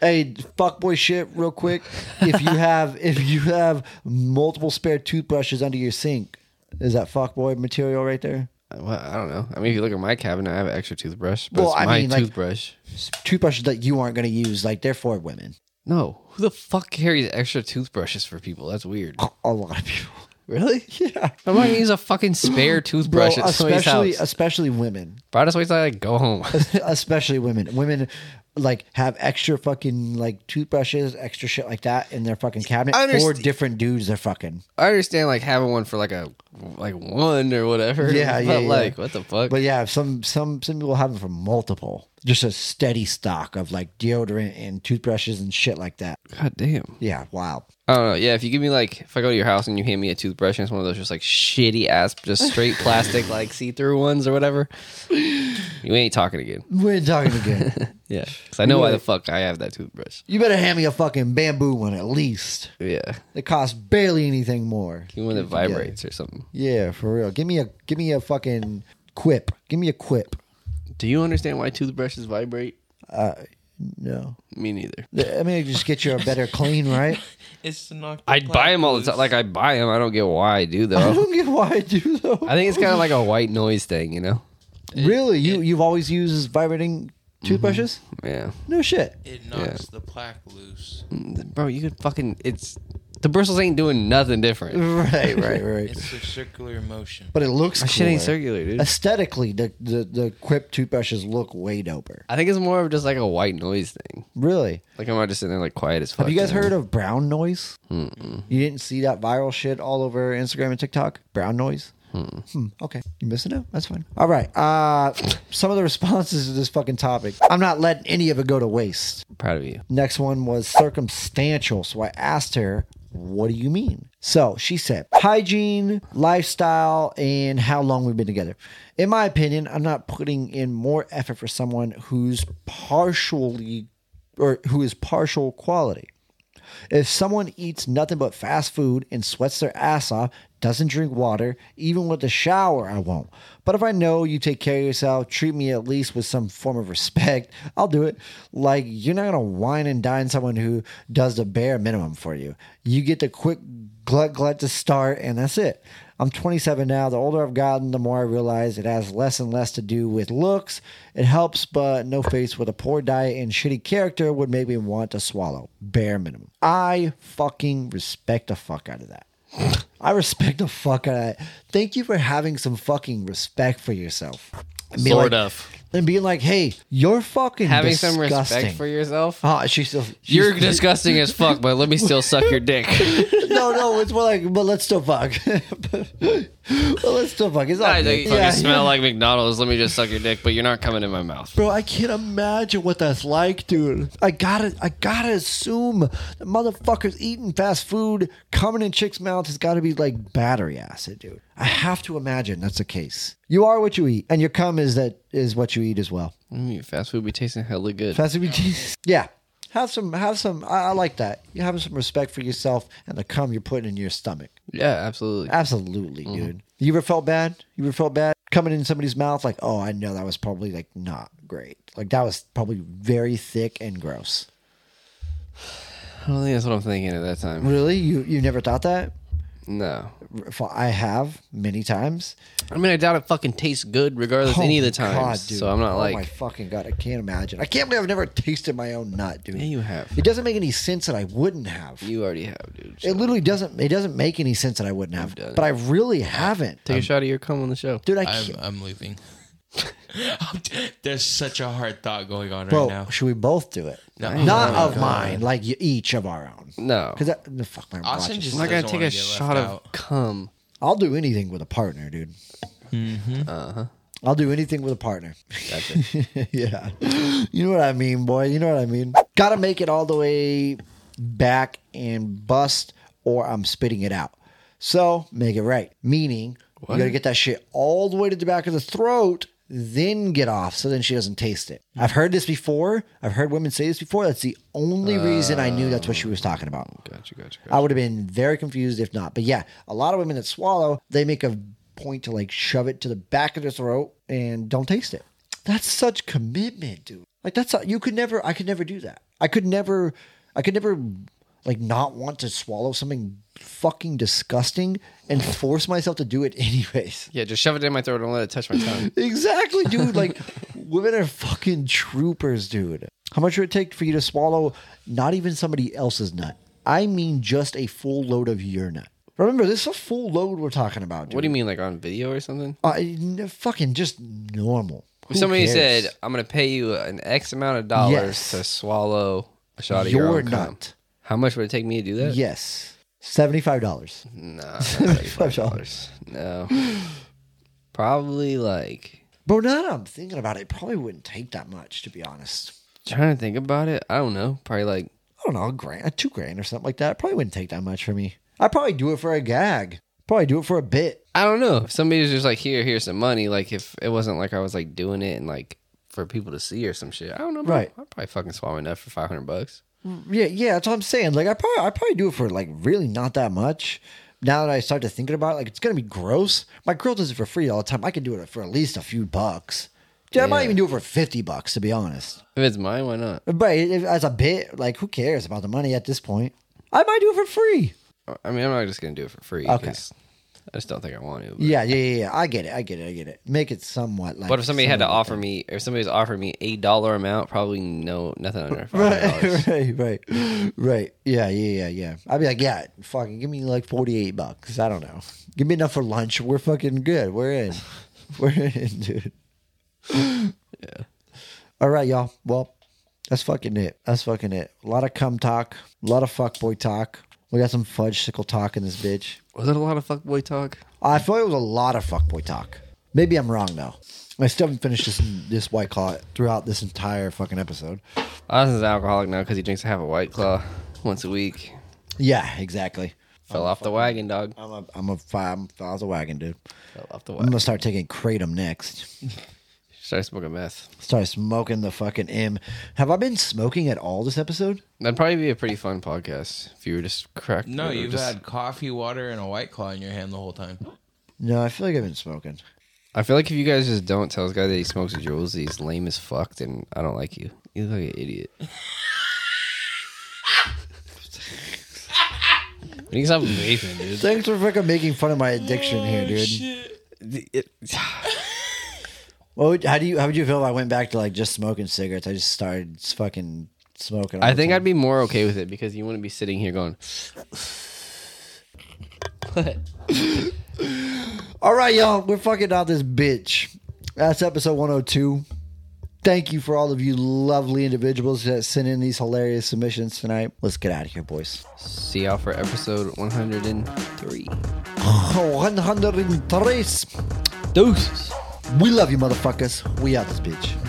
hey, fuckboy shit, real quick. If you have if you have multiple spare toothbrushes under your sink, is that fuckboy material right there? Uh, Well, I don't know. I mean, if you look at my cabinet, I have an extra toothbrush. But Well, it's I my mean, like- toothbrush. S- Toothbrushes that you aren't going to use, like they're for women. No, who the fuck carries extra toothbrushes for people? That's weird. A lot of people. Really? Yeah. I'm not gonna use a fucking spare Bro, toothbrush at somebody's especially house. especially women, Bro, I just wait till I go home. especially women. Women like have extra fucking like toothbrushes, extra shit like that in their fucking cabinet. I Four understand- different dudes are fucking. I understand like having one for like a like one or whatever. Yeah, but yeah, yeah. Like what the fuck? But yeah, some some some people have them for multiple, just a steady stock of like deodorant and toothbrushes and shit like that. God damn. Yeah, wow. I don't know. Yeah, if you give me like if I go to your house and you hand me a toothbrush and it's one of those just like shitty ass, just straight plastic like see through ones or whatever, you ain't talking again. We ain't talking again. Yeah, because I know why the fuck I have that toothbrush. you better hand me a fucking bamboo one at least. Yeah, It costs barely anything more. the one that vibrates or something. Yeah, for real. Give me a give me a fucking quip. Give me a quip. Do you understand why toothbrushes vibrate? No, Me neither. I mean it just get you a better clean, right? It's to knock. the I buy them all the plaque time. Like I buy them. I don't get why I do I though. don't get why I do though. I think it's kind of like a white noise thing, you know? really, you you've always used vibrating Mm-hmm. toothbrushes? Yeah, No shit. loose. It knocks the plaque loose. bro. You could fucking. It's the bristles ain't doing nothing different. Right, right, right. It's a circular motion. But it looks. My shit ain't cooler. circular, dude. aesthetically the, the the quip toothbrushes look way doper I think it's more of just like a white noise thing. really Like I'm not just sitting there like quiet as fuck. have you guys know? heard of brown noise you didn't see that viral shit all over instagram and tiktok brown noise Hmm, okay you missing out that's fine all right uh some of the responses to this fucking topic i'm not letting any of it go to waste Proud of you. next one was circumstantial so i asked her What do you mean? So she said, hygiene, lifestyle, and how long we've been together. In my opinion, I'm not putting in more effort for someone who's partially or who is partial quality. If someone eats nothing but fast food and sweats their ass off, doesn't drink water, even with the shower, I won't. But if I know you take care of yourself, treat me at least with some form of respect, I'll do it. Like, you're not gonna whine and dine someone who does the bare minimum for you. You get the quick glut glut to start, and that's it. I'm 27 now. The older I've gotten, the more I realize it has less and less to do with looks. It helps, but no face with a poor diet and shitty character would make me want to swallow. Bare minimum. I fucking respect the fuck out of that. I respect the fuck out of that. Thank you for having some fucking respect for yourself. And being Sort like- of. And being like, hey, you're fucking Having some disgusting. respect for yourself. Oh, she's still. she's- You're disgusting as fuck, but let me still suck your dick. no, no, it's more like, but let's still fuck. but let's still fuck. It's all I good. think you fucking smell like McDonald's. Let me just suck your dick, but you're not coming in my mouth. Bro, I can't imagine what that's like, dude. I gotta, I gotta assume the motherfuckers eating fast food, coming in chicks' mouths has got to be like battery acid, dude. I have to imagine that's the case. You are what you eat, and your cum is that is what you eat as well. Mm, fast food be tasting hella good. Fast food, yeah. Have some, have some. I, I like that. You have some respect for yourself and the cum you're putting in your stomach. Yeah, absolutely. Absolutely, Mm-hmm. dude. You ever felt bad? You ever felt bad coming in somebody's mouth? Like, oh, I know that was probably like not great. Like that was probably very thick and gross. I don't think that's what I'm thinking at that time. Really? You you never thought that? No. F- I have many times. I mean, I doubt it fucking tastes good regardless any of the times. so I'm not oh like, my fucking god! I can't imagine. I can't believe I've never tasted my own nut, dude. yeah, you have. It doesn't make any sense that I wouldn't have. You already have, dude. it literally doesn't. It doesn't make any sense that I wouldn't have. done it. But I really haven't, Take a shot of your cum on the show. dude. I I'm, can't. I'm leaving. I'm t- There's such a hard thought going on Bro, right now. should we both do it? No. Not Oh, of God. mine, like y- each of our own. No. Because that no, fuck my Austin watch. just- I'm not going doesn't wanna to take a get left shot of out. cum. I'll do anything with a partner, dude. I'll do anything with a partner. yeah. You know what I mean, boy. You know what I mean. Got to make it all the way back and bust, or I'm spitting it out. So make it right. Meaning, you got to get that shit all the way to the back of the throat, then get off so then she doesn't taste it. I've heard this before. I've heard women say this before. That's the only reason I knew that's what she was talking about. Gotcha, gotcha, I would have been very confused if not. But yeah, a lot of women that swallow, they make a point to like shove it to the back of their throat and don't taste it. That's such commitment, dude. Like that's you could never. I could never do that. I could never. I could never like not want to swallow something fucking disgusting and force myself to do it anyways. Yeah, just shove it in my throat. Don't let it touch my tongue. Exactly, dude. Like women are fucking troopers, dude. How much would it take for you to swallow not even somebody else's nut? I mean just a full load of your nut. Remember, this is a full load we're talking about, dude. what do you mean, like on video or something? Uh, n- fucking just normal. Who If somebody cares? said, I'm going to pay you an X amount of dollars Yes. to swallow a shot of your Your own cum. nut. How much would it take me to do that? Yes. Seventy-five dollars. No, not $35. no. Probably like Bro, now that I'm thinking about it, probably wouldn't take that much, to be honest. trying to think about it. I don't know. Probably like I don't know, a grand, uh, two grand or something like that. Probably wouldn't take that much for me. I'd probably do it for a gag. Probably do it for a bit. I don't know. If somebody was just like, here, here's some money. Like if it wasn't like I was like doing it and like for people to see or some shit. I don't know. bro. Right. I'd probably fucking swallow enough for five hundred bucks. Yeah, yeah, that's what I'm saying. Like I probably I probably do it for like really not that much. Now that I start to thinking about it, like it's gonna be gross. My girl does it for free all the time. I can do it for at least a few bucks. Dude, I might Yeah. even do it for fifty bucks to be honest. If it's mine, why not? But if, as a bit, like who cares about the money at this point? I might do it for free. I mean, I'm not just gonna do it for free. Okay. 'cause I just don't think I want to. but- Yeah, yeah, yeah, yeah. I get it. I get it. I get it. Make it somewhat like. What if somebody had to somewhat- offer me? If somebody's offered me a dollar amount, probably no, nothing under five hundred dollars. Right, right, right, right. Yeah, yeah, yeah, yeah. I'd be like, yeah, fucking give me like forty-eight bucks. I don't know. Give me enough for lunch. We're fucking good. We're in. We're in, dude. Yeah. All right, y'all. Well, that's fucking it. That's fucking it. A lot of cum talk. A lot of fuckboy talk. We got some fudge sickle talk in this bitch. Was it a lot of fuckboy talk? I feel like it was a lot of fuckboy talk. Maybe I'm wrong though. I still haven't finished this this white claw throughout this entire fucking episode. Austin's an alcoholic now because he drinks half a white claw once a week. Yeah, exactly. Fell off the wagon, dog. I'm a I'm a five I'm a wagon, dude. Fell off the I'm wagon. gonna start taking kratom next. Started smoking meth. Start smoking the fucking M. Have I been smoking at all this episode? That'd probably be a pretty fun podcast if you were just cracked. No, or you've just- had coffee, water, and a white claw in your hand the whole time. No, I feel like I've been smoking. I feel like if you guys just don't tell this guy that he smokes jewels, he's lame as fuck, then I don't like you. You look like an idiot. you can stop vaping, dude. Thanks for fucking making fun of my addiction Oh, here, dude. What would, how do you how would you feel if I went back to like just smoking cigarettes? I just started fucking smoking. all I the think time. I'd be more okay with it because you wouldn't be sitting here going, All right, y'all, we're fucking out this bitch. That's episode 102. Thank you for all of you lovely individuals that sent in these hilarious submissions tonight. Let's get out of here, boys. see y'all for episode 103. 103. Deuces. We love you, motherfuckers. We out this bitch.